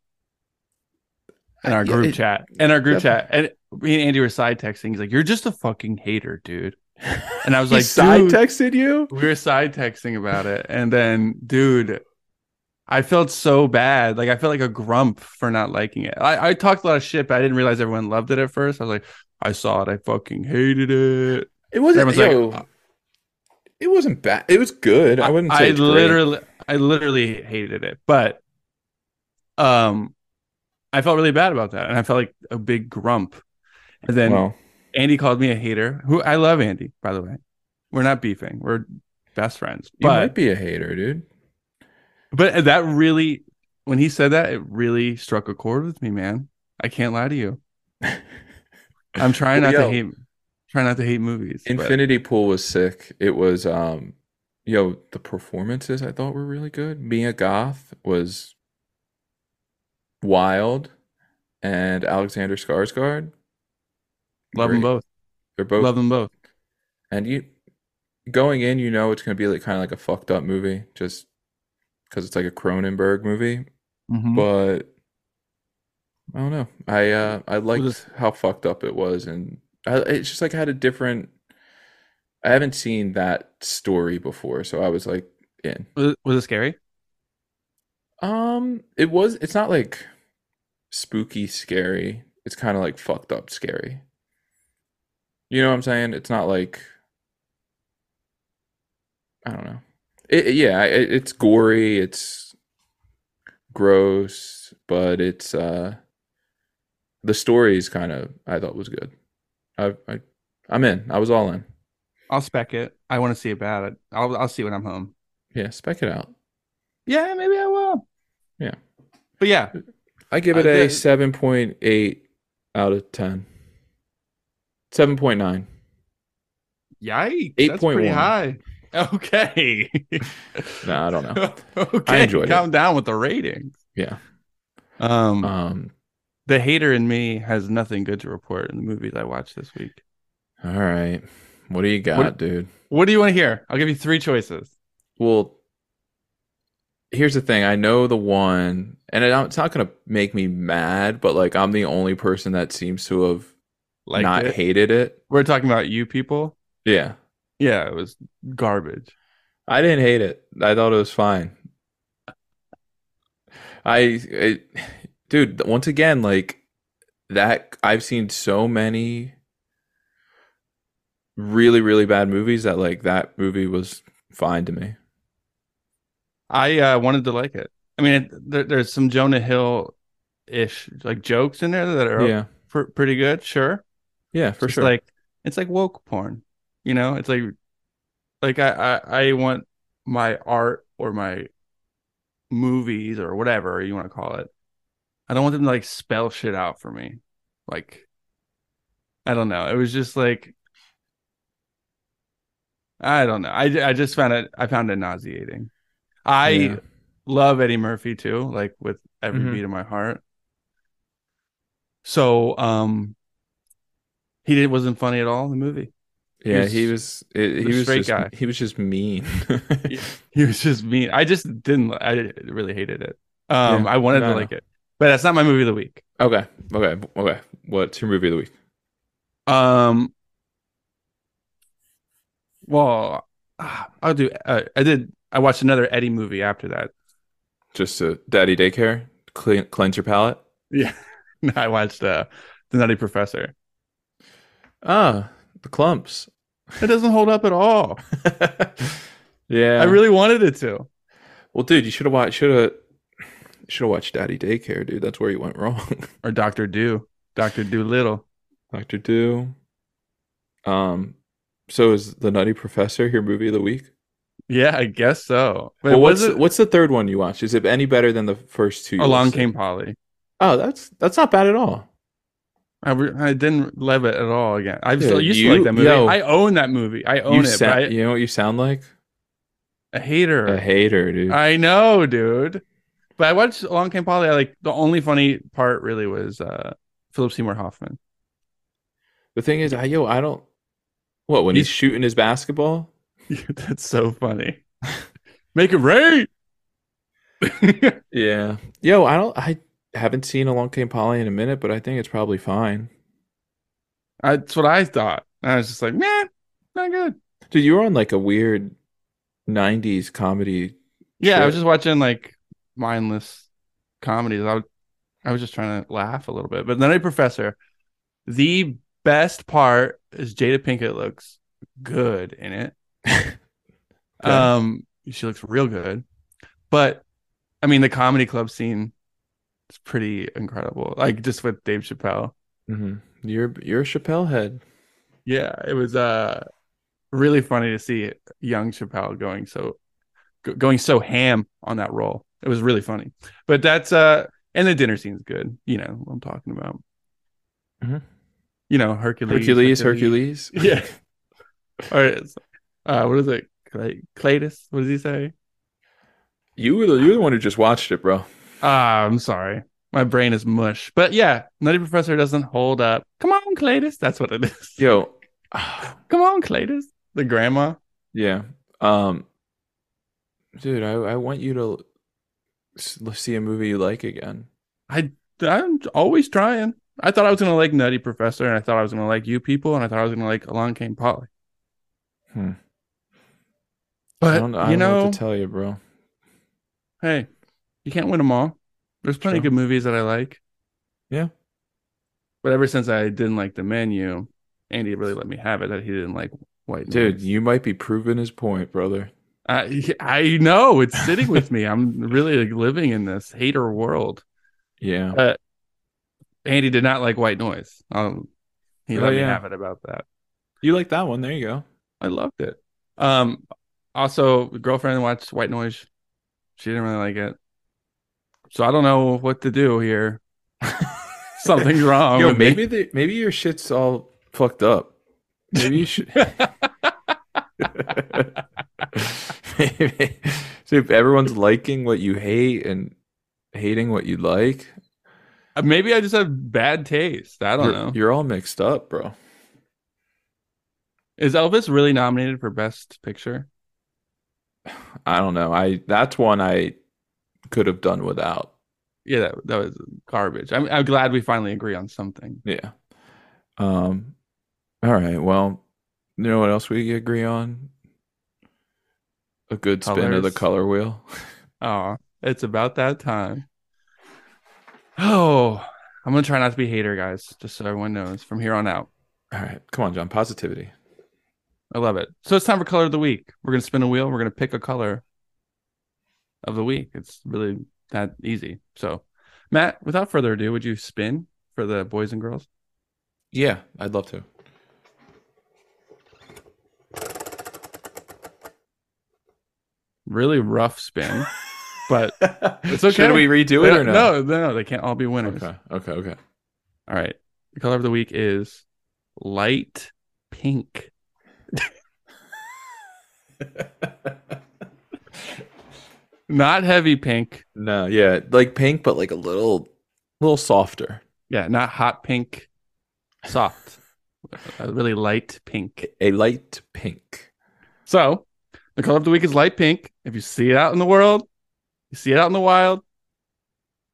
in our
Uh, Yeah,
group
it-
chat. In our group
Yeah.
chat, and me and Andy were side texting. He's like, "You're just a fucking hater, dude." And I was
He
like,
side
"Dude."
texted you.
we were side texting about it and then dude i felt so bad like i felt like a grump for not liking it i, I talked a lot of shit but i didn't realize everyone loved it at first i was like i saw it i fucking hated it
It wasn't.
Everyone's like, uh,
yo, it wasn't bad. It was good. I wouldn't say.
i
it's great.
literally i literally hated it but um i felt really bad about that and i felt like a big grump and then
Well,
andy called me a hater who i love andy by the way we're not beefing we're best friends
you
but
might be a hater, dude.
But that really, when he said that, it really struck a chord with me, man. I can't lie to you. I'm trying not
Yo.
to hate, trying not to hate movies. but-
Infinity Pool was sick. It was um yo, the performances I thought were really good. Mia Goth was wild and Alexander Skarsgård.
love them
great.
both.
They're both
Love them both.
and you going in, you know it's gonna be like kind of like a fucked up movie, just because it's like a Cronenberg movie.
Mhm.
But I don't know. I uh I liked
just-
how fucked up it was, and I, it's just like had a different. I haven't seen that story before, so I was like in.
was, it, was it scary?
Um, it was. It's not like spooky scary. It's kind of like fucked up scary. You know what I'm saying? It's not like I don't know. It, it- yeah, it, it's gory. It's gross, but it's uh the story is kind of I thought was good. I, I I'm in. I was all in.
I'll spec it. I want to see about it. I'll I'll see when I'm home.
Yeah, spec it out.
Yeah, maybe I will.
Yeah.
But yeah,
I give
Uh,
it a
the-
7.8 out of 10. 7.9.
yikes, that's
8.1.
pretty high. Okay.
No, I don't know.
okay.
enjoyed it.
calm down with the ratings.
Yeah.
Um,
Um
the hater in me has nothing good to report in the movies I watched this week.
all right. What do you got,
What-
dude?
What do you want to hear? I'll give you three choices.
Well, here's the thing. I know the one and it, it's not going to make me mad, but like I'm the only person that seems to have
Like
not
it.
hated it.
we're talking about you people.
Yeah.
Yeah, it was garbage.
I didn't hate it. I thought it was fine. I, it, dude, once again, like that, I've seen so many really, really bad movies that like that movie was fine to me.
I uh, wanted to like it. I mean, it, there, there's some Jonah Hill ish like jokes in there that are
yeah,
pr- pretty good. Sure,
yeah, for
It's
sure.
Like it's like woke porn. You know, it's like like I I, I want my art or my movies or whatever you want to call it. I don't want them to like spell shit out for me. Like I don't know. It was just like I don't know. I I just found it I found it nauseating. I
Yeah.
love Eddie Murphy too, like with every
Mhm.
beat of my heart. So um he did, wasn't funny at all in the movie. he
yeah,
was
he was it, he
a
was
straight
just,
guy.
He was just mean.
He was just mean. I just didn't I really hated it. Um
Yeah,
I wanted
I
to
know.
like it. But that's not my movie of the week.
okay, okay, okay. What's your movie of the week?
Um well ah, I'll do uh, I did I watched another Eddie movie after that.
Just a daddy daycare. Clean, cleanse your palate.
Yeah. I watched uh The Nutty Professor.
Ah, the clumps.
It doesn't hold up at all.
yeah,
I really wanted it to.
Well, dude, you should have watched. Should have. Should have watched Daddy Daycare, dude. That's where you went wrong.
Or Doctor Do. Doctor Doolittle.
Doctor Do. Um. So is the Nutty Professor your movie of the week?
Yeah, I guess so. But
Well, what's
was
the,
it
what's the third one you watched? Is it any better than the first two? you
Along
listed?
Came Polly.
Oh, that's that's not bad at all.
I, re- I didn't love it at all again. I still
Dude,
used
you-
to like that movie.
yo.
I own that movie. I own
you
it.
sa-
but I,
you know what you sound like?
a hater.
A hater, dude.
I know, dude. But I watched Along Came Polly. I like the only funny part really was uh Philip Seymour Hoffman.
the thing is, I, yo, I don't. What when he's,
He's-
shooting his basketball?
That's so funny. Make it rain.
Yeah. Yo, I don't. I haven't seen Along Came Polly in a minute, but I think it's probably fine.
I, that's what I thought. And I was just like, man, not good.
Dude, you were on like a weird '90s comedy.
Yeah, I was
Sure.
just watching like mindless comedies. I, would, I was just trying to laugh a little bit. But then a professor, the best part is Jada Pinkett looks good in it.
Okay.
Um, she looks real good. But I mean, the comedy club scene is pretty incredible. Like just with Dave Chappelle.
Mhm.
Mm-hmm.
You're you're a Chappelle head.
Yeah, it was uh really funny to see young Chappelle going so go- going so ham on that role. It was really funny. But that's uh and the dinner scene's good. You know what I'm talking about.
Mhm.
You know Hercules,
Hercules, Hercules.
Yeah. All right. it's- Uh, what is it? Cla- Cletus? What does he say?
You were the you're the one who just watched it, bro.
Ah, I'm sorry. My brain is mush. But yeah, Nutty Professor doesn't hold up. Come on, Cletus. That's what it is.
Yo.
Come on, Cletus. The grandma.
Yeah. Um dude, I I want you to s- see a movie you like again.
I I'm always trying. I thought I was gonna like Nutty Professor, and I thought I was gonna like you people, and I thought I was gonna like Along Came Polly.
Hmm. I
But
don't, I
you
don't know,
know,
what to tell you, bro.
hey, you can't win them all. There's plenty of
True.
good movies that I like.
Yeah.
But ever since I didn't like the menu, Andy really let me have it that he didn't like white
Dude,
noise.
you might be proving his point, brother.
I I know it's sitting with me. I'm really like, living in this hater world.
Yeah.
Andy did not like white noise. Um, he
Oh,
let me
yeah.
have it about that.
You like that one. There you go.
I loved it. Um, also, girlfriend watched White Noise. She didn't really like it. So I don't know what to do here. Something's wrong.
Yo,
Oh, with me.
maybe the, maybe your shit's all fucked up. Maybe you should. maybe. So if everyone's liking what you hate and hating what you like,
Uh, maybe I just have bad taste. I don't
you're,
know.
you're all mixed up, bro.
Is Elvis really nominated for Best Picture?
I don't know. I that's one I could have done without.
Yeah, that, that was garbage. I'm, I'm glad we finally agree on something.
Yeah. Um. All right. Well, you know what else we agree on? A good spin of the
Colors.
color wheel.
Oh, it's about that time. Oh, I'm gonna try not to be a hater, guys. Just so everyone knows from here on out.
All right. Come on, John. Positivity.
I love it. So it's time for color of the week. We're gonna spin a wheel. We're gonna pick a color. of the week. It's really that easy. So, Matt, without further ado, would you spin for the boys and girls?
Yeah, I'd love to.
Really rough spin, but It's okay.
Should we redo it or no?
no, no, they can't all be winners.
Okay. Okay. Okay.
All right. The color of the week is light pink. Not heavy pink.
No. Yeah. Like pink, but like a little, little softer.
Yeah, not hot pink. Soft. A really light pink.
A light pink.
So, the color of the week is light pink. If you see it out in the world, you see it out in the wild,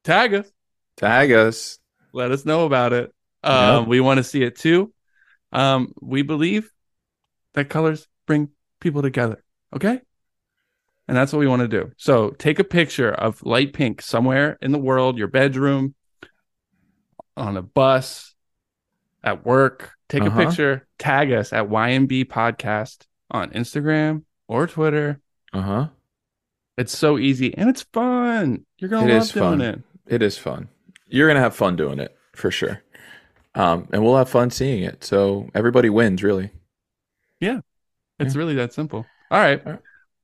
tag us.
Tag us.
Let us know about it. Um,
Yeah.
We want to see it too. Um, we believe that colors bring people together. Okay. And that's what we want to do. So take a picture of light pink somewhere in the world, your bedroom, on a bus, at work. Take
Uh-huh.
a picture, tag us at YMB Podcast on Instagram or Twitter.
Uh huh.
It's so easy and it's fun. You're gonna
It
love
is
doing
fun.
it.
It is fun. You're gonna have fun doing it for sure. Um, and we'll have fun seeing it. So everybody wins, really.
It's really that simple. All right.
All right.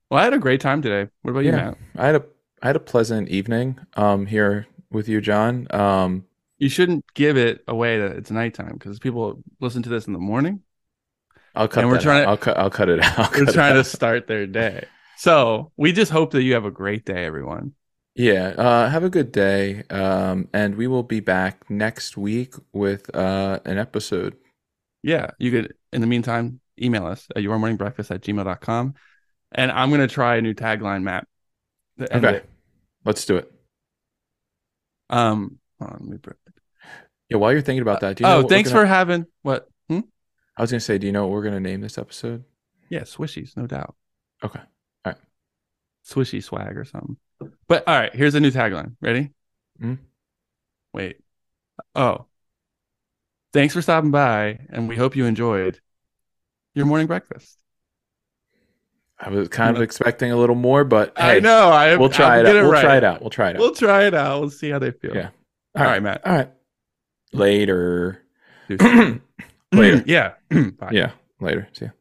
Well, I had a great time today. What about you,
Yeah.
Matt?
I had a I had a pleasant evening um here with you, John. Um
You shouldn't give it away that it's nighttime because people listen to this in the morning.
I'll cut
And we're
that out.
trying to-
I'll cut I'll cut it out. I'll
They're
cut it
trying
out.
to start their day. So we just hope that you have a great day, everyone.
Yeah. Uh have a good day. Um and we will be back next week with uh an episode.
Yeah. You could, in the meantime, email us at yourmorningbreakfast at gmail.com. And I'm going to try a new tagline, Matt. to end
Okay.
it.
Let's do it.
Um, hold on, let me br-
Yeah, while you're thinking about that, do you know
oh,
what we're
thanks
gonna-
for having what? Hmm?
I was gonna say, do you know what we're gonna name this episode?
Yeah, swishies, no doubt.
Okay. All right.
Swishy swag or something. But all right, here's a new tagline. Ready?
Mm.
Wait. Oh. Thanks for stopping by, and we hope you enjoyed your morning breakfast.
I was kind of expecting a little more, but
I
hey,
know. I
We'll try
I'll
it
get
out. we'll
right.
try it out. We'll try it out.
We'll try it out. We'll see how they feel.
Yeah.
All right, Matt.
All right. Later.
Deuces.
later.
yeah. Bye.
Yeah. Later. See ya.